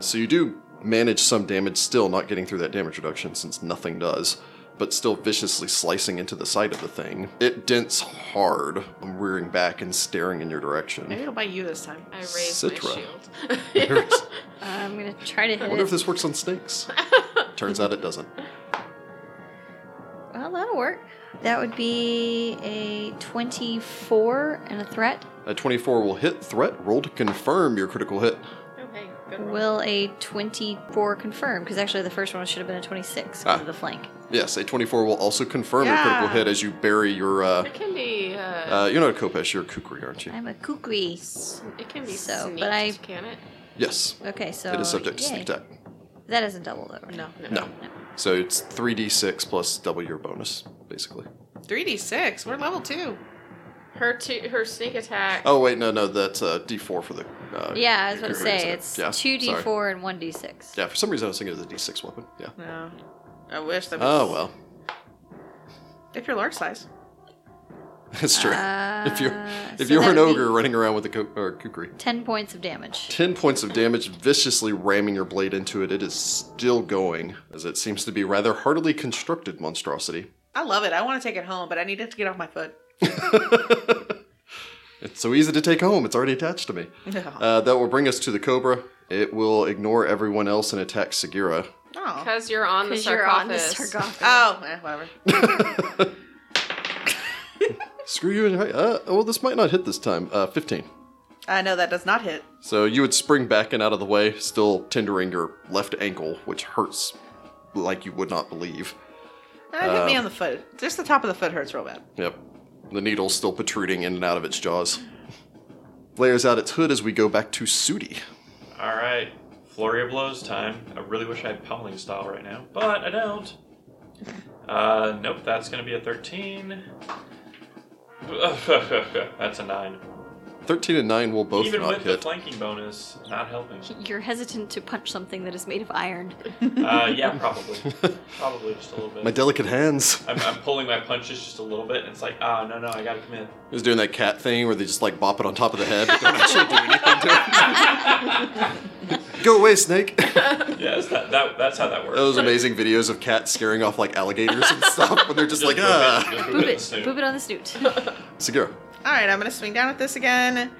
A: So you do manage some damage still, not getting through that damage reduction since nothing does, but still viciously slicing into the side of the thing. It dents hard, rearing back and staring in your
E: Maybe
A: direction.
E: it'll buy you this time.
D: I raised
A: Citra.
D: my shield.
C: I'm gonna try to
A: I
C: hit
A: wonder if
C: it.
A: this works on snakes. Turns out it doesn't.
C: Well, that'll work. That would be a 24 and a threat.
A: A 24 will hit threat. Roll to confirm your critical hit.
D: okay. Good. roll.
C: Will a 24 confirm? Because actually, the first one should have been a 26 because
A: Ah.
C: of the flank.
A: Yes, a 24 will also confirm your
E: Yeah.
A: critical hit as you bury your. Uh,
D: It can be. Uh,
A: uh, you're not a Kopesh, you're a Kukri, aren't you?
C: I'm a kukri.
D: it can be
C: so,
D: sneaked.
C: but I-
D: Can it?
A: Yes,
C: Okay, so.
A: it is subject to
C: yay.
A: sneak attack.
C: That isn't double, though. right?
D: No. No.
A: No. So it's 3d6 plus double your bonus, basically.
E: 3d6. We're level two.
D: Her two, her sneak attack.
A: Oh, wait, no, no, that's uh, d4 for the. Uh,
C: Yeah, I was going to
A: Kukri,
C: say,
A: isn't it?
C: it's
A: Yeah,
C: 2d4
A: sorry.
C: and 1d6.
A: Yeah, for some reason I was thinking it was a d6 weapon. Yeah.
E: No. I wish that was.
A: Oh, well.
E: If you're large size.
A: That's true. if you're
C: Uh,
A: if
C: so
A: you're
C: that
A: an
C: would be
A: ogre running around with a co- or a kukri,
C: 10 points of damage.
A: 10 points of damage, viciously ramming your blade into it. It is still going, as it seems to be rather hardily constructed monstrosity.
E: I love it. I want to take it home, but I need it to get off my foot.
A: It's so easy to take home, it's already attached to me. Uh, that will bring us to the cobra. It will ignore everyone else and attack Segura.
E: oh.
D: Because you're on the
C: Because you're on the
D: sarcophagus.
C: sarcophagus.
E: Oh, eh, whatever.
A: Screw you. and- Uh, well, this might not hit this time. Uh, 15.
E: I know that does not hit.
A: So you would spring back and out of the way, still tendering your left ankle, which hurts like you would not believe.
E: It hit
A: Um,
E: me on the foot. Just the top of the foot hurts real bad.
A: Yep. The needle's still protruding in and out of its jaws. Flares out its hood as we go back to Sudi.
B: All right, flurry of blows time. I really wish I had pummeling style right now, but I don't. Uh, nope, that's gonna be a thirteen. that's a nine.
A: 13 and 9 will both
B: Even
A: not
B: with the
A: hit.
B: flanking bonus, not helping.
C: You're hesitant to punch something that is made of iron.
B: Uh, yeah, probably, probably just a little bit.
A: My delicate hands.
B: I'm, I'm pulling my punches just a little bit, and it's like, ah, no, no, I gotta come in.
A: It was doing that cat thing where they just like bop it on top of the head, but don't actually do anything to it. go away, snake.
B: Yes, that, that that's how that works.
A: Those
B: right?
A: amazing videos of cats scaring off like alligators and stuff when they're just,
B: Just
A: like,
B: move it,
A: ah.
B: just move
C: Boop
B: it in
C: it.
B: the snoot.
C: Boop it on the snoot.
A: Segura,
E: All right, I'm going to swing down at this again.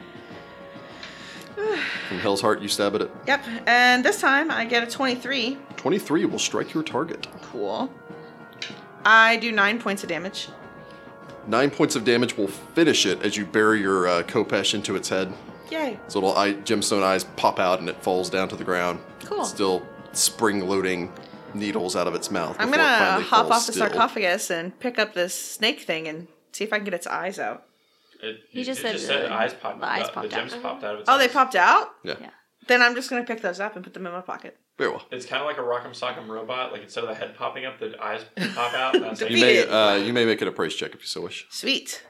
A: from Hell's Heart, you stab it at
E: Yep. And this time I get a 23.
A: 23, will strike your target.
E: Cool. I do nine points of damage.
A: Nine points of damage will finish it as you bury your uh, Kopesh into its head.
E: Yay.
A: Its little eye, gemstone eyes pop out and it falls down to the ground.
E: Cool.
A: Still spring loading needles out of its mouth.
E: I'm
A: before it
E: gonna
A: finally
E: hop
A: falls
E: off the
A: still.
E: sarcophagus and pick up this snake thing and see if I can get its eyes out.
B: It,
C: He
B: it just
C: just said
B: said
C: the-
B: the eyes popped.
C: the eyes
B: out-
C: popped
B: the
C: out.
B: gems popped out of its
E: Oh, they
B: eyes.
E: popped out?
A: Yeah.
C: Yeah.
E: Then I'm just gonna pick those up and put them in my pocket.
A: Very well.
B: It's kind of like a Rock'em Sock'em robot. Like instead of the head popping up, the eyes pop out. And that's how
A: You
E: Beat
B: you
A: may,
E: it.
A: uh, you may make it a praise check if you so wish.
E: Sweet.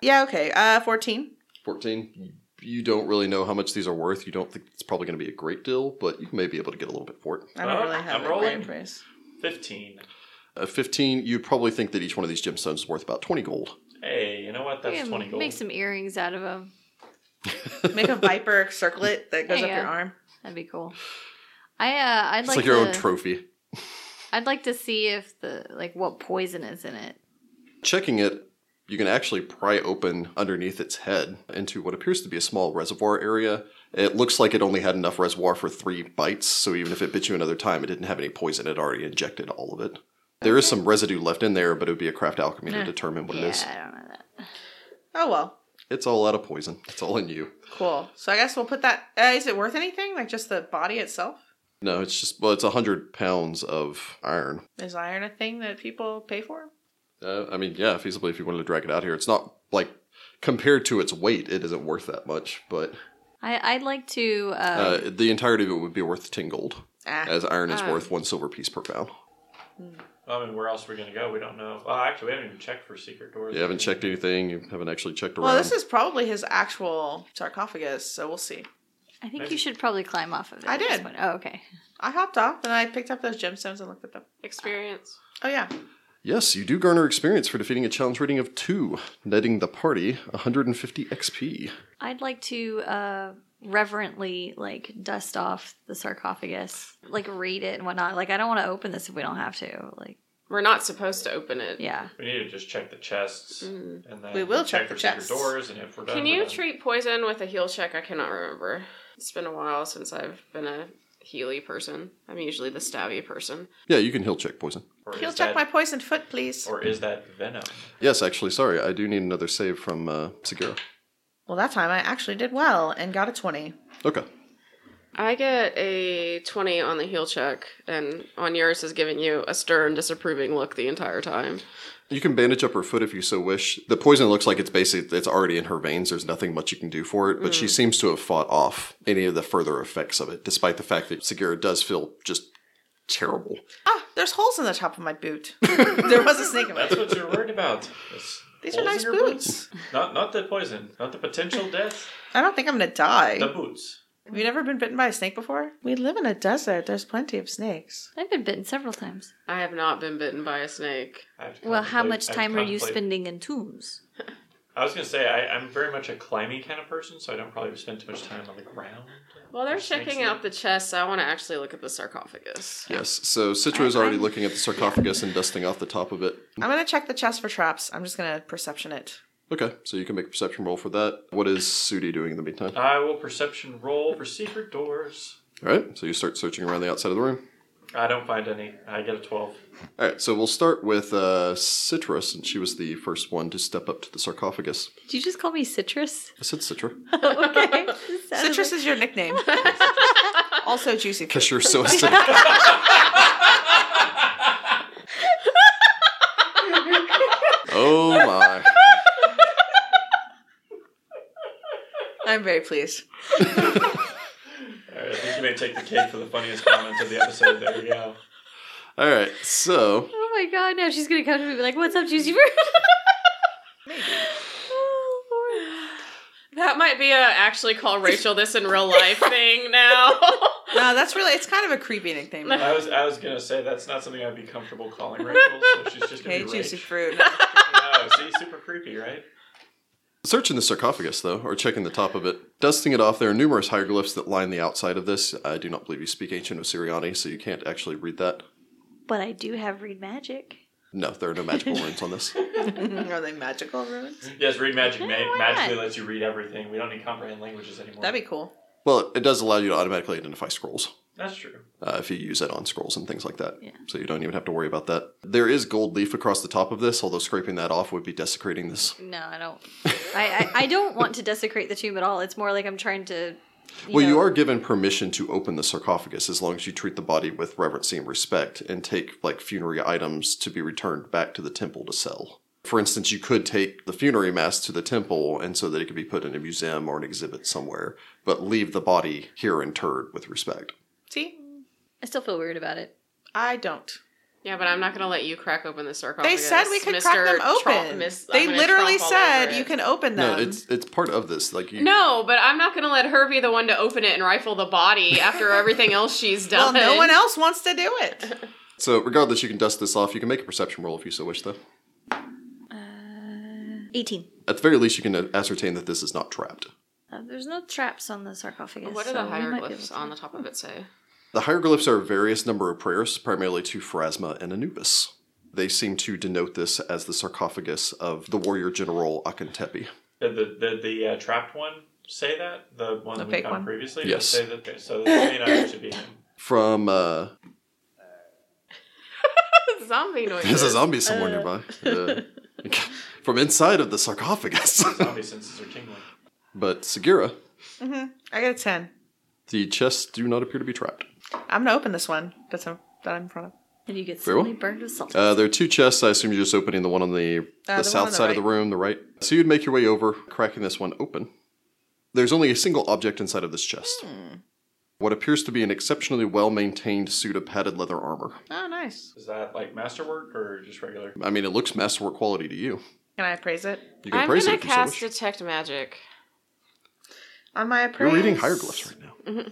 E: Yeah, okay. Uh 14.
A: 14. You don't really know how much these are worth. You don't think it's probably going to be a great deal, but you may be able to get a little bit for it.
E: I don't
B: Oh,
E: really
B: I'm
E: have it
B: rolling.
E: my appraise.
B: fifteen.
A: Uh, 15, you'd probably think that each one of these gemstones is worth about 20 gold.
B: Hey, you know what?
C: You
B: That's
C: can
B: twenty gold.
C: Make some earrings out of them.
E: Make a viper circlet that goes
C: There
E: up
C: you
E: your
C: go.
E: arm.
C: That'd be cool. I uh, I'd
A: It's
C: like,
A: like, your
C: to,
A: own trophy.
C: I'd like to see if the like what poison is in it.
A: Checking it, you can actually pry open underneath its head into what appears to be a small reservoir area. It looks like it only had enough reservoir for three bites, so even if it bit you another time, it didn't have any poison. It already injected all of it. There is some residue left in there, but it would be a craft alchemy to determine what
C: yeah,
A: it is.
C: I don't know that.
E: Oh well.
A: It's all out of poison. It's all in you.
E: Cool. So I guess we'll put that uh, is it worth anything? Like just the body itself?
A: No, it's just, well, it's 100 pounds of iron,
E: Is iron a thing that people pay for?
A: Uh, I mean, yeah, feasibly if you wanted to drag it out here. It's not like compared to its weight, it isn't worth that much. But
C: I I'd like to. Uh,
A: uh, the entirety of it would be worth ten gold,
E: Ah.
A: as iron is
C: Ah.
A: worth one silver piece per pound.
B: I mean, where else are we gonna go? We don't know. Well, actually, we haven't even checked for secret doors.
A: You haven't checked anything. You haven't actually checked around.
E: Well, this is probably his actual sarcophagus, so we'll see.
C: I think
B: maybe-
C: you should probably climb off of it.
E: I
C: at this
E: did.
C: point. Oh, okay.
E: I hopped off and I picked up those gemstones and looked at them.
D: Experience.
E: Oh yeah.
A: yes, you do garner experience for defeating a challenge rating of two, netting the party 150 XP.
C: I'd like to uh, reverently like dust off the sarcophagus, like read it and whatnot. Like I don't want to open this if we don't have to. Like
D: We're not supposed to open it.
C: yeah,
B: We need to just check the chests, and then
E: We will check
B: for
E: the chests.
B: secret doors. And if we're done,
D: Can
B: we're
D: you
B: done.
D: treat poison with a heal check? I cannot remember. It's been a while since I've been a healy person. I'm usually the stabby person.
A: Yeah, you can heal check poison.
B: Or
E: He'll
B: is
E: check
B: that-
E: my poisoned foot, please.
B: Or is that venom?
A: Yes, actually, sorry, I do need another save from uh, Segura.
E: Well, that time I actually did well and got a 20.
A: Okay.
D: I get a 20 on the heal check, and on yours is giving you a stern, disapproving look the entire time.
A: You can bandage up her foot if you so wish. The poison looks like it's basically it's already in her veins. There's nothing much you can do for it, but
E: Mm.
A: she seems to have fought off any of the further effects of it, despite the fact that Segura does feel just terrible.
E: Ah, there's holes in the top of my boot. there was a snake in my
B: That's what you're worried about. It's
E: These are
B: holes in
E: nice
B: your
E: boots.
B: Not not the poison, not the potential death.
E: I don't think I'm going to die.
B: The boots.
E: Have you never been bitten by a snake before? We live in a desert. There's plenty of snakes.
C: I've been bitten several times.
D: I have not been bitten by a snake.
B: I have to
C: Well, how
B: contemplate-
C: much
B: I have
C: time
B: to
C: are you
B: contemplate-
C: spending in tombs?
B: I was gonna say I, I'm very much a climbing kind of person, so I don't probably spend too much time on the ground.
D: While they're
B: Snakes
D: checking
B: in
D: out the chest, I want to actually look at the sarcophagus.
A: Yes. So Citro's already looking at the sarcophagus and dusting off the top of it.
E: I'm going to check the chest for traps. I'm just going to perception it.
A: Okay. So you can make a perception roll for that. What is Sudi doing in the meantime? All
B: I will perception roll for secret doors.
A: right. So you start searching around the outside of the room.
B: I don't find any. I get a twelve.
A: All right. So we'll start with uh, Citra, since she was the first one to step up to the sarcophagus.
C: Did you just call me citrus?
A: I said Citra
C: okay.
E: Citrus is your nickname. also juicy. fruit.
A: because you're so sick. oh my.
E: I'm very pleased.
B: All right, I think you may take the cake for the funniest comment of the episode. There you go.
A: All right. So
C: Oh my god, now she's gonna come to me and be like, What's up, Juicy Fruit?
E: Oh,
D: That might be a actually call Rachel this in real life thing now.
E: No, that's really, it's kind of a creepy nickname.
B: I was I was gonna say that's not something I'd be comfortable calling Rachel, so she's just gonna
E: Hey,
B: be
E: juicy
B: Rach.
E: fruit. No.
B: No, see, super creepy, right?
A: Searching the sarcophagus, though, or checking the top of it, dusting it off, there are numerous hieroglyphs that line the outside of this. I do not believe you speak ancient Osiriani, so you can't actually read that.
C: but I do have read magic.
A: No, there are no magical runes on this.
E: Are they magical ruins?
B: Yes, read magic ma-
C: Yeah, why
B: magically
C: not?
B: lets you read everything. We don't need comprehend languages anymore.
E: That'd be cool.
A: Well, it does allow you to automatically identify scrolls.
B: That's true.
A: uh, if you use it on scrolls and things like that.
C: Yeah.
A: So you don't even have to worry about that. There is gold leaf across the top of this, although scraping that off would be desecrating this.
C: No, I don't. I, I, I don't want to desecrate the tomb at all. It's more like I'm trying to.
A: well, you
C: know-
A: are given permission to open the sarcophagus as long as you treat the body with reverence and respect and take like funerary items to be returned back to the temple to sell. For instance, you could take the funerary mass to the temple and so that it could be put in a museum or an exhibit somewhere, but leave the body here interred with respect.
E: See,
C: I still feel weird about it.
E: I don't.
D: Yeah, but I'm not going to let you crack open the
E: They
D: sarcophagus.
E: said we could crack
D: Mr.
E: them open.
D: Trump- Miss- I'm
E: they
D: gonna
E: literally
D: Trump all
E: said
D: over
E: you
D: it.
E: can open them.
A: No, it's it's part of this. Like you,
D: No, but I'm not going to let her be the one to open it and rifle the body after everything else she's
E: well,
D: done.
E: no one else wants to do it.
A: So regardless, you can dust this off. You can make a perception roll if you so wish, though.
C: 18.
A: At the very least, you can ascertain that this is not trapped.
C: Uh, there's no traps on the sarcophagus.
D: What are
C: so
D: the
C: we might be
D: hieroglyphs
C: able to-
D: on the top of it say?
A: The hieroglyphs are a various number of prayers, primarily to Phrasma and Anubis. They seem to denote this as the sarcophagus of the warrior general Akentepi.
B: Did the did the uh, trapped one say that? The one
E: The
B: we
E: fake
B: found
E: one?
B: previously?
A: Yes.
B: Say that, okay, so the main item should be him.
A: From uh,
D: Zombie noises.
A: there's a zombie somewhere nearby. Uh, from inside of the sarcophagus.
B: Zombie senses are tingling.
A: but Sagira,
E: I got a ten.
A: the chests do not appear to be trapped.
E: I'm gonna open this one. That's a, that I'm in front of.
C: And you get
A: Very well.
C: suddenly burned with salt.
A: Uh, there are two chests. I assume you're just opening the one on the,
E: Uh,
A: the,
E: the
A: south
E: one on the
A: side of the
E: right.
A: room, the right. So you'd make your way over, cracking this one open. There's only a single object inside of this chest.
E: Hmm.
A: What appears to be an exceptionally well maintained suit of padded leather armor.
E: Oh, nice.
B: Is that like masterwork or just regular?
A: I mean, it looks masterwork quality to you.
E: Can I appraise it?
A: You can
D: I'm
A: praise
D: going
A: it
D: to
A: if you so
D: cast
A: wish.
D: Detect Magic.
E: On my appraise,
A: You're reading hieroglyphs right now.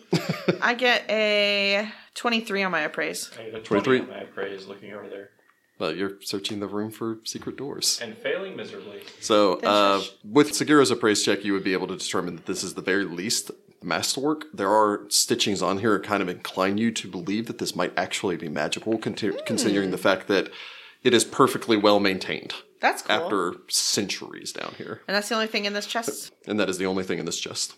E: I get a twenty-three on my appraise.
B: I got a
A: 23.
B: 23. on my appraise looking over there
A: But you're searching the room for secret doors.
B: and failing miserably.
A: So,
E: Then
A: uh,
E: shush.
A: with Sagira's appraise check, you would be able to determine that this is the very least masterwork. There are stitchings on here that kind of incline you to believe that this might actually be magical, conti-
E: Hmm.
A: considering the fact that it is perfectly well maintained
E: That's cool.
A: after centuries down here.
E: and that's the only thing in this chest.
A: And that is the only thing in this chest.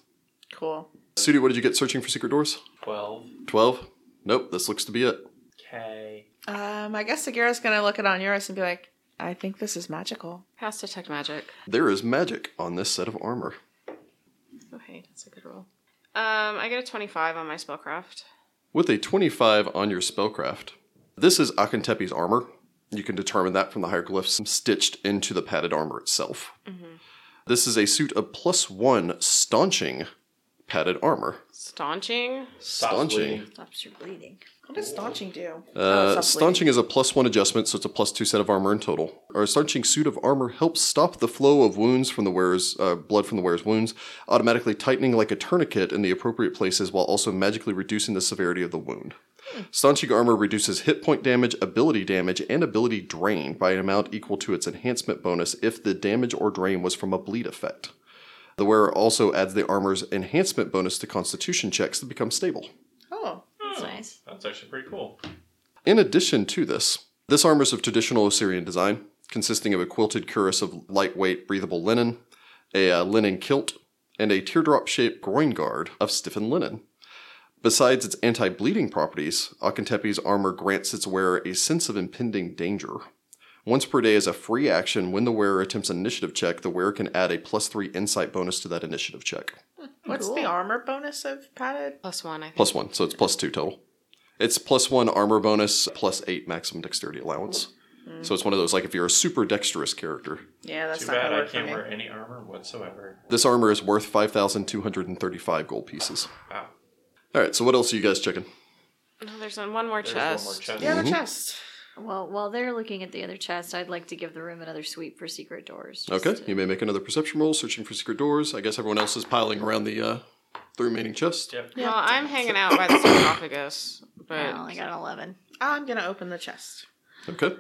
E: Cool.
A: Sudi, what did you get searching for secret doors?
B: 12.
A: 12? Nope, this looks to be it.
B: Okay.
E: Um, I guess Sagira's gonna look it on yours and be like, "I think this is magical."
D: Cast Detect Magic.
A: There is magic on this set of armor.
D: Oh, hey, that's a good roll. Um, I get a 25 on my spellcraft.
A: With a 25 on your spellcraft, this is Akentepi's armor. You can determine that from the hieroglyphs stitched into the padded armor itself. This is a suit of plus one staunching padded armor.
D: Staunching.
B: Stop bleeding.
C: Stops your bleeding.
E: What does staunching do? Oh,
A: Uh,
E: stop
A: staunching is a plus one adjustment, so it's a plus two set of armor in total. Our staunching suit of armor helps stop the flow of wounds from the wearer's uh, blood from the wearer's wounds, automatically tightening like a tourniquet in the appropriate places, while also magically reducing the severity of the wound. Staunching armor reduces hit point damage, ability damage, and ability drain by an amount equal to its enhancement bonus if the damage or drain was from a bleed effect. The wearer also adds the armor's enhancement bonus to constitution checks that become stable.
E: Oh,
D: Hmm.
C: That's nice.
B: That's actually pretty cool.
A: In addition to this, this armor is of traditional Assyrian design, consisting of a quilted cuirass of lightweight, breathable linen, a uh, linen kilt, and a teardrop shaped groin guard of stiffened linen. Besides its anti bleeding properties, Akentepi's armor grants its wearer a sense of impending danger. Once per day is a free action. When the wearer attempts an initiative check, the wearer can add a plus three insight bonus to that initiative check.
E: what's the armor bonus of padded?
D: Plus one, I think.
A: Plus one, so it's plus two total. It's plus one armor bonus, plus eight maximum dexterity allowance. So it's one of those like if you're a super dexterous character,
E: Yeah, that's
B: Too
E: not
B: bad
E: gonna
B: I
E: work for
B: can't
E: me.
B: wear any armor whatsoever.
A: this armor is worth five thousand two hundred and thirty-five gold pieces.
B: Wow.
A: All right, so what else are you guys checking?
D: No, there's one more
B: There's
D: chest.
B: one more chest.
E: The other
A: Mm-hmm.
E: chest.
C: Well, while they're looking at the other chest, I'd like to give the room another sweep for secret doors. just
A: Okay,
C: to-
A: you may make another perception roll, searching for secret doors. I guess everyone else is piling around the uh, the remaining chest.
B: Yep.
D: Well, I'm hanging out by the sarcophagus, but
C: I only got an 11.
E: I'm gonna open the chest.
A: Okay.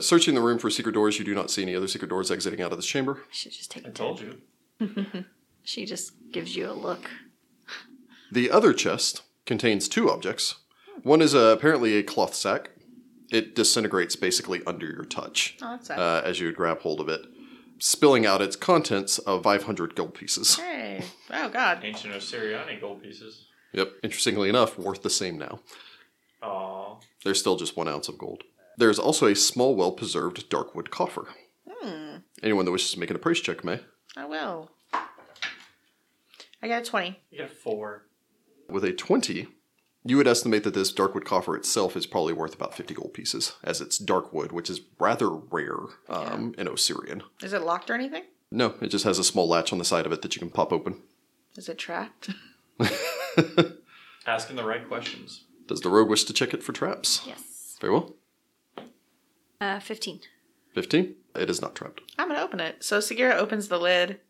A: Searching the room for secret doors, you do not see any other secret doors exiting out of this chamber.
C: I should just take
B: I
C: a
B: told
C: 10.
B: you.
C: She just gives you a look.
A: The other chest contains two objects. One is uh, apparently a cloth sack. It disintegrates basically under your touch
E: Oh, that's sad.
A: uh, as you would grab hold of it, spilling out its contents of 500 gold pieces.
E: hey. Oh God.
B: Ancient Osiriani gold pieces.
A: Yep. Interestingly enough, worth the same now.
B: Aw.
A: They're still just one ounce of gold. There's also a small, well preserved darkwood coffer. Anyone that wishes to make an appraise check may.
E: I will. I got a 20.
B: You got a four.
A: With a 20, you would estimate that this darkwood coffer itself is probably worth about 50 gold pieces, as it's darkwood, which is rather rare um, in Osirian.
E: Is it locked or anything?
A: No, it just has a small latch on the side of it that you can pop open.
E: Is it trapped?
B: Asking the right questions.
A: Does the rogue wish to check it for traps?
C: Yes.
A: Very well.
C: Uh, 15.
A: 15. It is not trapped.
E: I'm going to open it. So Sagira opens the lid.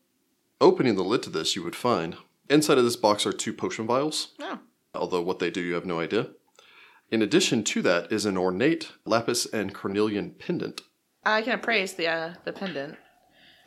A: Opening the lid to this, you would find inside of this box are two potion vials,
E: No.
A: although what they do, you have no idea. In addition to that is an ornate lapis and cornelian pendant.
E: I can appraise the uh, the pendant.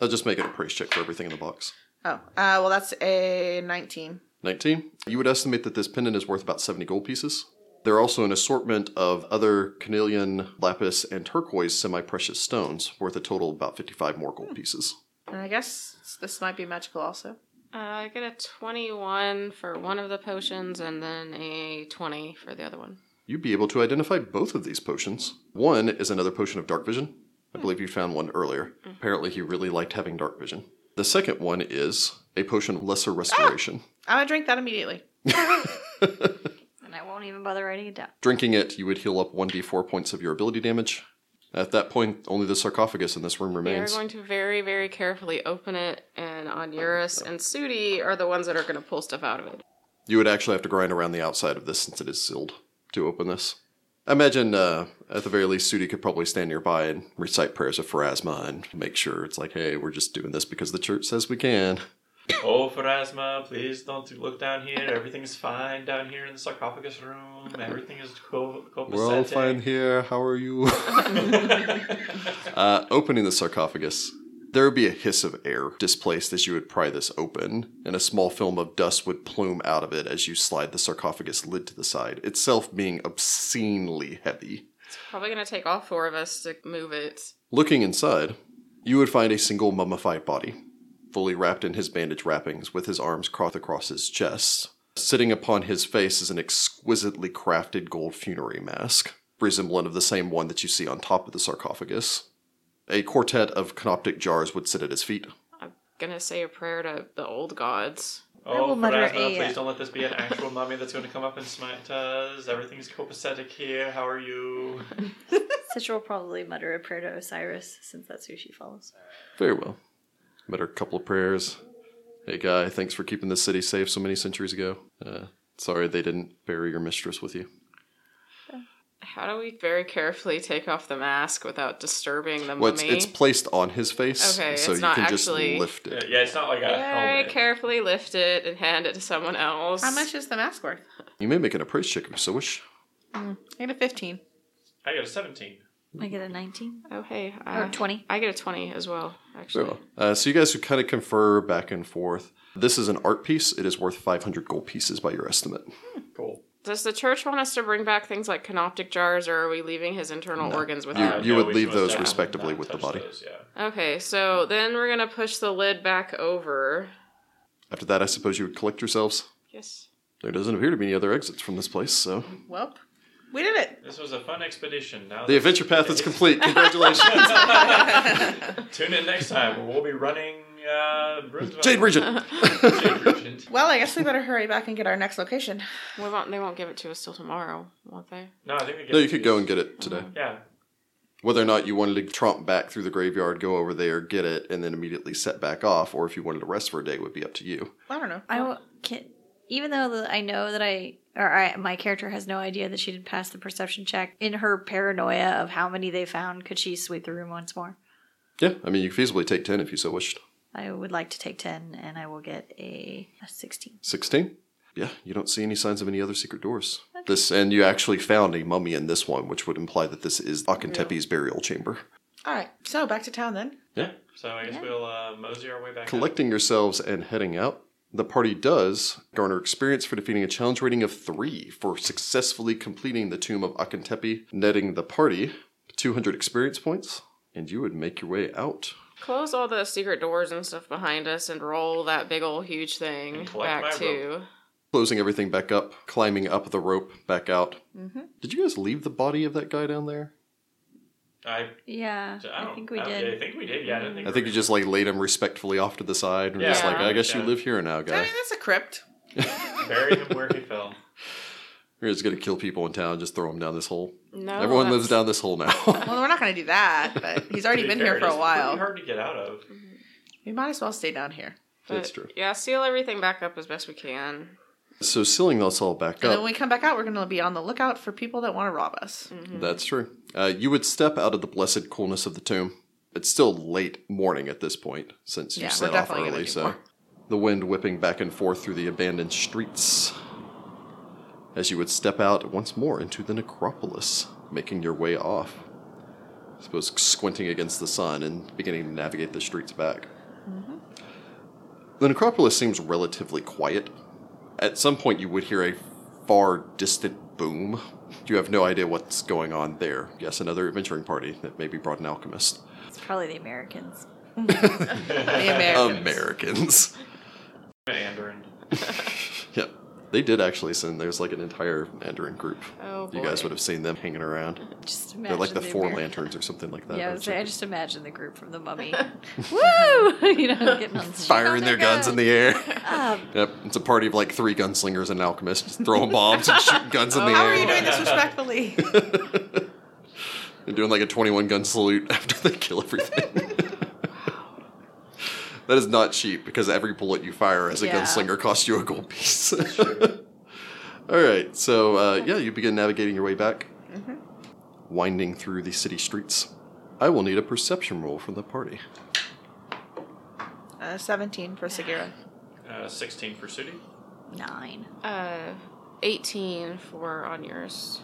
A: I'll just make it a price check for everything in the box.
E: Oh, uh, well, that's a 19.
A: 19. You would estimate that this pendant is worth about 70 gold pieces. There are also an assortment of other cornelian, lapis, and turquoise semi precious stones worth a total of about 55 more gold pieces.
E: And I guess this might be magical also.
D: Uh, I get a 21 for one of the potions and then a 20 for the other one.
A: You'd be able to identify both of these potions. One is another potion of dark vision. I
D: Hmm.
A: believe you found one earlier. Apparently, he really liked having dark vision. The second one is a potion of
D: Ah!
A: lesser restoration.
E: I'm going to drink that immediately.
C: And I won't even bother writing it down.
A: Drinking it, you would heal up 1d4 points of your ability damage. At that point, only the sarcophagus in this room
D: We are
A: remains.
D: going to very, very carefully open it, and Onuris and Sudi are the ones that are going to pull stuff out of it.
A: You would actually have to grind around the outside of this since it is sealed to open this. I imagine, uh, at the very least, Sudi could probably stand nearby and recite prayers of Pharasma and make sure it's like, hey, we're just doing this because the church says we can.
B: Oh, Pharasma, please don't look down here. Everything's fine down here in the sarcophagus room. Everything is co- copacetic.
A: We're all fine here. How are you? uh, opening the sarcophagus, there would be a hiss of air displaced as you would pry this open, and a small film of dust would plume out of it as you slide the sarcophagus lid to the side, itself being obscenely heavy.
D: It's probably going to take all four of us to move it.
A: Looking inside, you would find a single mummified body, fully wrapped in his bandage wrappings, with his arms crossed across his chest. Sitting upon his face is an exquisitely crafted gold funerary mask, resemblant of the same one that you see on top of the sarcophagus. A quartet of canoptic jars would sit at his feet.
D: I'm going to say a prayer to the old gods.
C: I
B: Oh,
C: will mutter
B: Pharasma,
C: a-
B: please don't let this be an actual mummy that's going to come up and smite us. Everything's copacetic here. How are you?
C: Citra will probably mutter a prayer to Osiris, since that's who she follows.
A: Very well. Better couple of prayers. Hey, guy, thanks for keeping this city safe so many centuries ago. Uh, sorry they didn't bury your mistress with you.
D: How do we very carefully take off the mask without disturbing the
A: Well, it's,
D: mummy?
A: it's placed on his face,
D: Okay,
A: so
D: it's
A: you
D: not
A: can
D: actually-
A: just lift it.
B: Yeah, yeah, it's not like a
D: very
B: helmet.
D: carefully lift it and hand it to someone else.
E: How much is the mask worth?
A: You may make an appraise check if you so wish.
E: I got a 15.
B: I got a 17.
C: I get a 19.
D: Oh, hey.
C: Or
D: I,
C: 20.
D: I get a 20 as well,
A: Very
D: actually.
A: well. Uh, so you guys would kind of confer back and forth. This is an art piece. It is worth 500 gold pieces by your estimate.
B: Cool.
D: Does the church want us to bring back things like canoptic jars, or are we leaving his internal organs with
A: You-
D: him?
A: you would
B: we
A: leave
B: must
A: those
B: not-
A: respectively
B: not
A: with the
B: touch
A: body.
B: those, yeah.
D: Okay, so then we're gonna push the lid back over.
A: After that, I suppose you would collect yourselves.
D: Yes.
A: There doesn't appear to be any other exits from this place, so.
E: Welp. We did it.
B: This was a fun expedition. Now
A: The
B: that-
A: adventure path is complete. Congratulations.
B: Tune in next time where we'll be running uh, Brunswick.
A: Jade Regent.
B: Jade Regent.
E: Well, I guess we better hurry back and get our next location.
D: We won't, they won't give it to us till tomorrow, won't they?
B: No, I think we get
A: No, you could go and get it today.
B: Yeah.
A: Whether or not you wanted to tromp back through the graveyard, go over there, get it, and then immediately set back off, or if you wanted to rest for a day, would be up to you.
E: I don't know.
C: I w- can, even though that I know that I or I, my character has no idea that she didn't pass the perception check. In her paranoia of how many they found, could she sweep the room once more?
A: Yeah, I mean, you could feasibly take 10 if you so wished.
C: I would like to take ten, and I will get a, a sixteen.
A: 16 yeah you don't see any signs of any other secret doors this and you actually found a mummy in this one which would imply that this is akentepe's burial chamber
E: All right. So back to town then.
B: Yeah. So I guess we'll uh, mosey our way back. up.
A: collecting yourselves and heading out the party does garner experience for defeating a challenge rating of three for successfully completing the tomb of akentepe netting the party 200 experience points and you would make your way out
D: Close all the secret doors and stuff behind us and roll that big old huge thing
B: And collect my
D: back to
A: closing everything back up, climbing up the rope back out. Did you guys leave the body of that guy down there?
B: I,
C: Yeah,
B: I, don't,
C: I think we
B: I,
C: did.
B: I think we did. Yeah, I didn't think.
A: I think you just like laid him respectfully off to the side and just
D: Yeah.
A: like, I guess you
B: Yeah.
A: live here now,
E: I
A: guy.
E: mean, that's a crypt.
B: just buried him where he fell.
A: We're just gonna kill people in town, just throw them down this hole.
E: Oh,
D: No,
A: Everyone
D: that's-
A: lives down this hole now.
E: Well, we're not going to do that, but he's
B: To
E: already
B: be
E: been
B: fair,
E: here for
B: it's
E: a
B: Pretty
E: while.
B: hard to get out of.
E: We might as well stay down here.
D: but-
A: That's true.
D: Yeah, seal everything back up as best we can.
A: so sealing this all back
E: And then when
A: up.
E: we come back out, we're going to be on the lookout for people that want to rob us.
C: Mm.
A: That's true. Uh, you would step out of the blessed coolness of the tomb. It's still late morning at this point, since you
E: Yeah, we're
A: set off
E: definitely gonna
A: early.
E: do
A: So
E: more.
A: the wind whipping back and forth through the abandoned streets. As you would step out once more into the necropolis, making your way off. I suppose squinting against the sun and beginning to navigate the streets back.
E: Mm-hmm.
A: The necropolis seems relatively quiet. At some point, you would hear a far distant boom. You have no idea what's going on there. Yes, another adventuring party that maybe brought an alchemist.
C: It's probably the Americans.
E: The Americans.
A: Americans.
B: Mandarin.
A: yep. They did actually send, there's like an entire Mandarin group.
D: Oh, boy.
A: you guys would have seen them hanging around.
C: Just imagine
A: They're like the four
C: Ameri-
A: lanterns or something like that.
C: Yeah, I, was
A: It's
C: saying, I
A: like
C: just imagine the group from the Mummy. Woo! you know, getting on the ship.
A: Firing their guns in the air.
C: Um,
A: yep, it's a party of like three gunslingers and an alchemist, just throwing bombs and shooting guns in the
E: Oh, How
A: air.
E: are you doing this respectfully?
A: They're doing like a 21 gun salute after they kill everything. that is not cheap because every bullet you fire as a
C: Yeah.
A: gunslinger costs you a gold piece. All right, so uh, yeah, you begin navigating your way back, winding through the city streets. I will need a perception roll from the party.
E: Uh, 17 for Sagira.
B: Uh, 16 for Sudi.
C: nine.
D: Uh, 18 for on yours.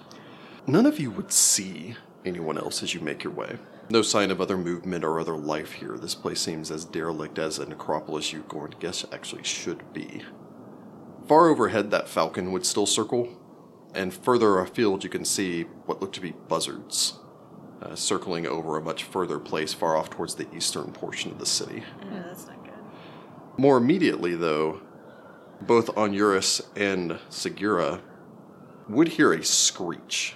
A: None of you would see anyone else as you make your way. No sign of other movement or other life here. This place seems as derelict as a necropolis you're going to guess actually should be. Far overhead, that falcon would still circle, and further afield, you can see what look to be buzzards uh, circling over a much further place far off towards the eastern portion of the city.
C: Yeah, that's not good.
A: More immediately, though, both Onuris and Segura would hear a screech.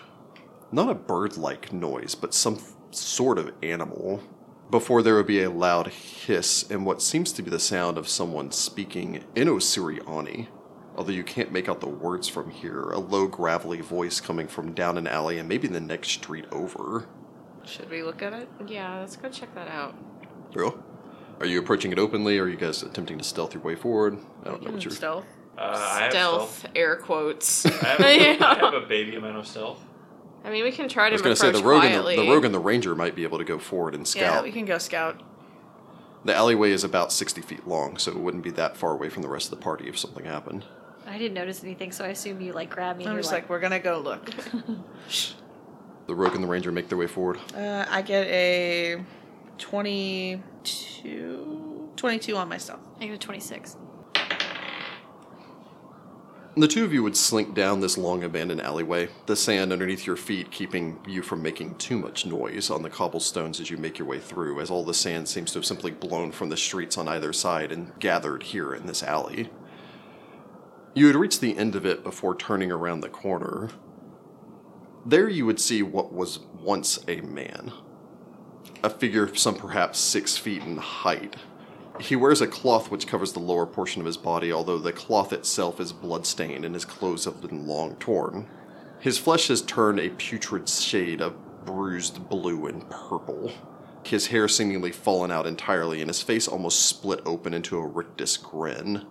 A: Not a bird like noise, but some f- sort of animal. Before there would be a loud hiss and what seems to be the sound of someone speaking in Osiriani, although you can't make out the words from here, a low, gravelly voice coming from down an alley and maybe the next street over.
E: Should we look at it?
D: Yeah, let's go check that out.
A: Real? Are you approaching it openly? Or are you guys attempting to stealth your way forward? I don't know what you're.
E: Stealth.
B: Uh, I have
D: stealth,
B: stealth.
D: air quotes.
B: I have, a- I
D: Yeah.
B: have a baby amount of stealth.
D: I mean, we can try
A: I
D: to
A: was going
D: approach
A: to say the rogue, and
D: quietly.
A: the, the rogue and the ranger might be able to go forward and
E: Yeah,
A: scout.
E: we can go scout.
A: The alleyway is about sixty feet long, so it wouldn't be that far away from the rest of the party if something happened.
C: I didn't notice anything, so I assume you like grabbed me. And
E: I'm
C: you're
E: just like,
C: like,
E: we're going to go look.
A: The rogue and the ranger make their way forward.
E: Uh, I get a 22, 22 on myself.
C: I got a 26.
A: The two of you would slink down this long abandoned alleyway, the sand underneath your feet keeping you from making too much noise on the cobblestones as you make your way through, as all the sand seems to have simply blown from the streets on either side and gathered here in this alley. You would reach the end of it before turning around the corner. There you would see what was once a man. A figure of some perhaps six feet in height, he wears a cloth which covers the lower portion of his body, although the cloth itself is bloodstained and his clothes have been long torn. His flesh has turned a putrid shade of bruised blue and purple. His hair seemingly fallen out entirely, and his face almost split open into a rictus grin.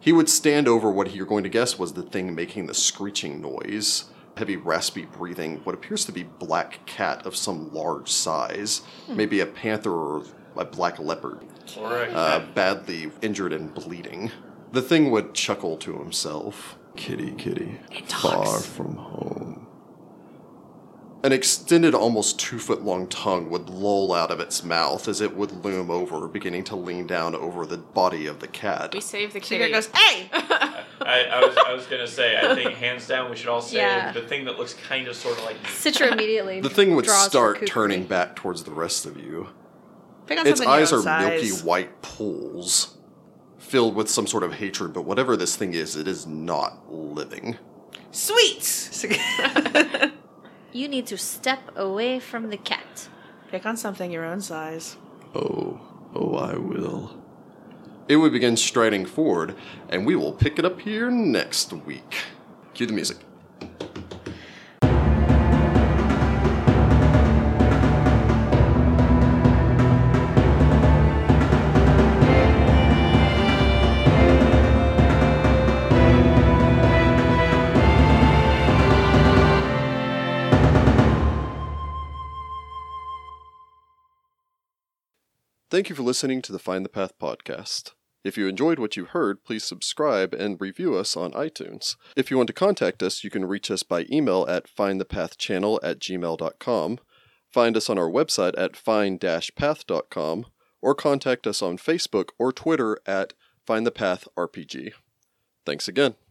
A: He would stand over what you're going to guess was the thing making the screeching noise. Heavy, raspy breathing, what appears to be black cat of some large size, maybe a panther or a black leopard
B: Or a
A: uh, badly injured and bleeding. The thing would chuckle to himself. Kitty, kitty, far from home. An extended, almost two foot long tongue would loll out of its mouth as it would loom over, beginning to lean down over the body of the cat.
D: we save the
E: Sagira
D: kitty.
E: goes, hey!
B: I, I was I was gonna say I think hands down we should all say
C: Yeah.
B: the thing that looks kind of sort of like
C: Citra immediately.
A: The thing would
C: draws her
A: start
C: kukri.
A: turning back towards the rest of you.
E: Pick on
A: Its
E: something your
A: eyes
E: own
A: are
E: size.
A: milky white pools filled with some sort of hatred, but whatever this thing is, it is not living.
E: Sweet!
C: You need to step away from the cat.
E: Pick on something your own size.
A: Oh, oh, I will. It would begin striding forward, and we will pick it up here next week. Cue the music. Thank you for listening to the Find the Path podcast. If you enjoyed what you heard, please subscribe and review us on iTunes. If you want to contact us, you can reach us by email at findthepathchannel at gmail.com, find us on our website at find-path.com, or contact us on Facebook or Twitter at Find the Path RPG. Thanks again.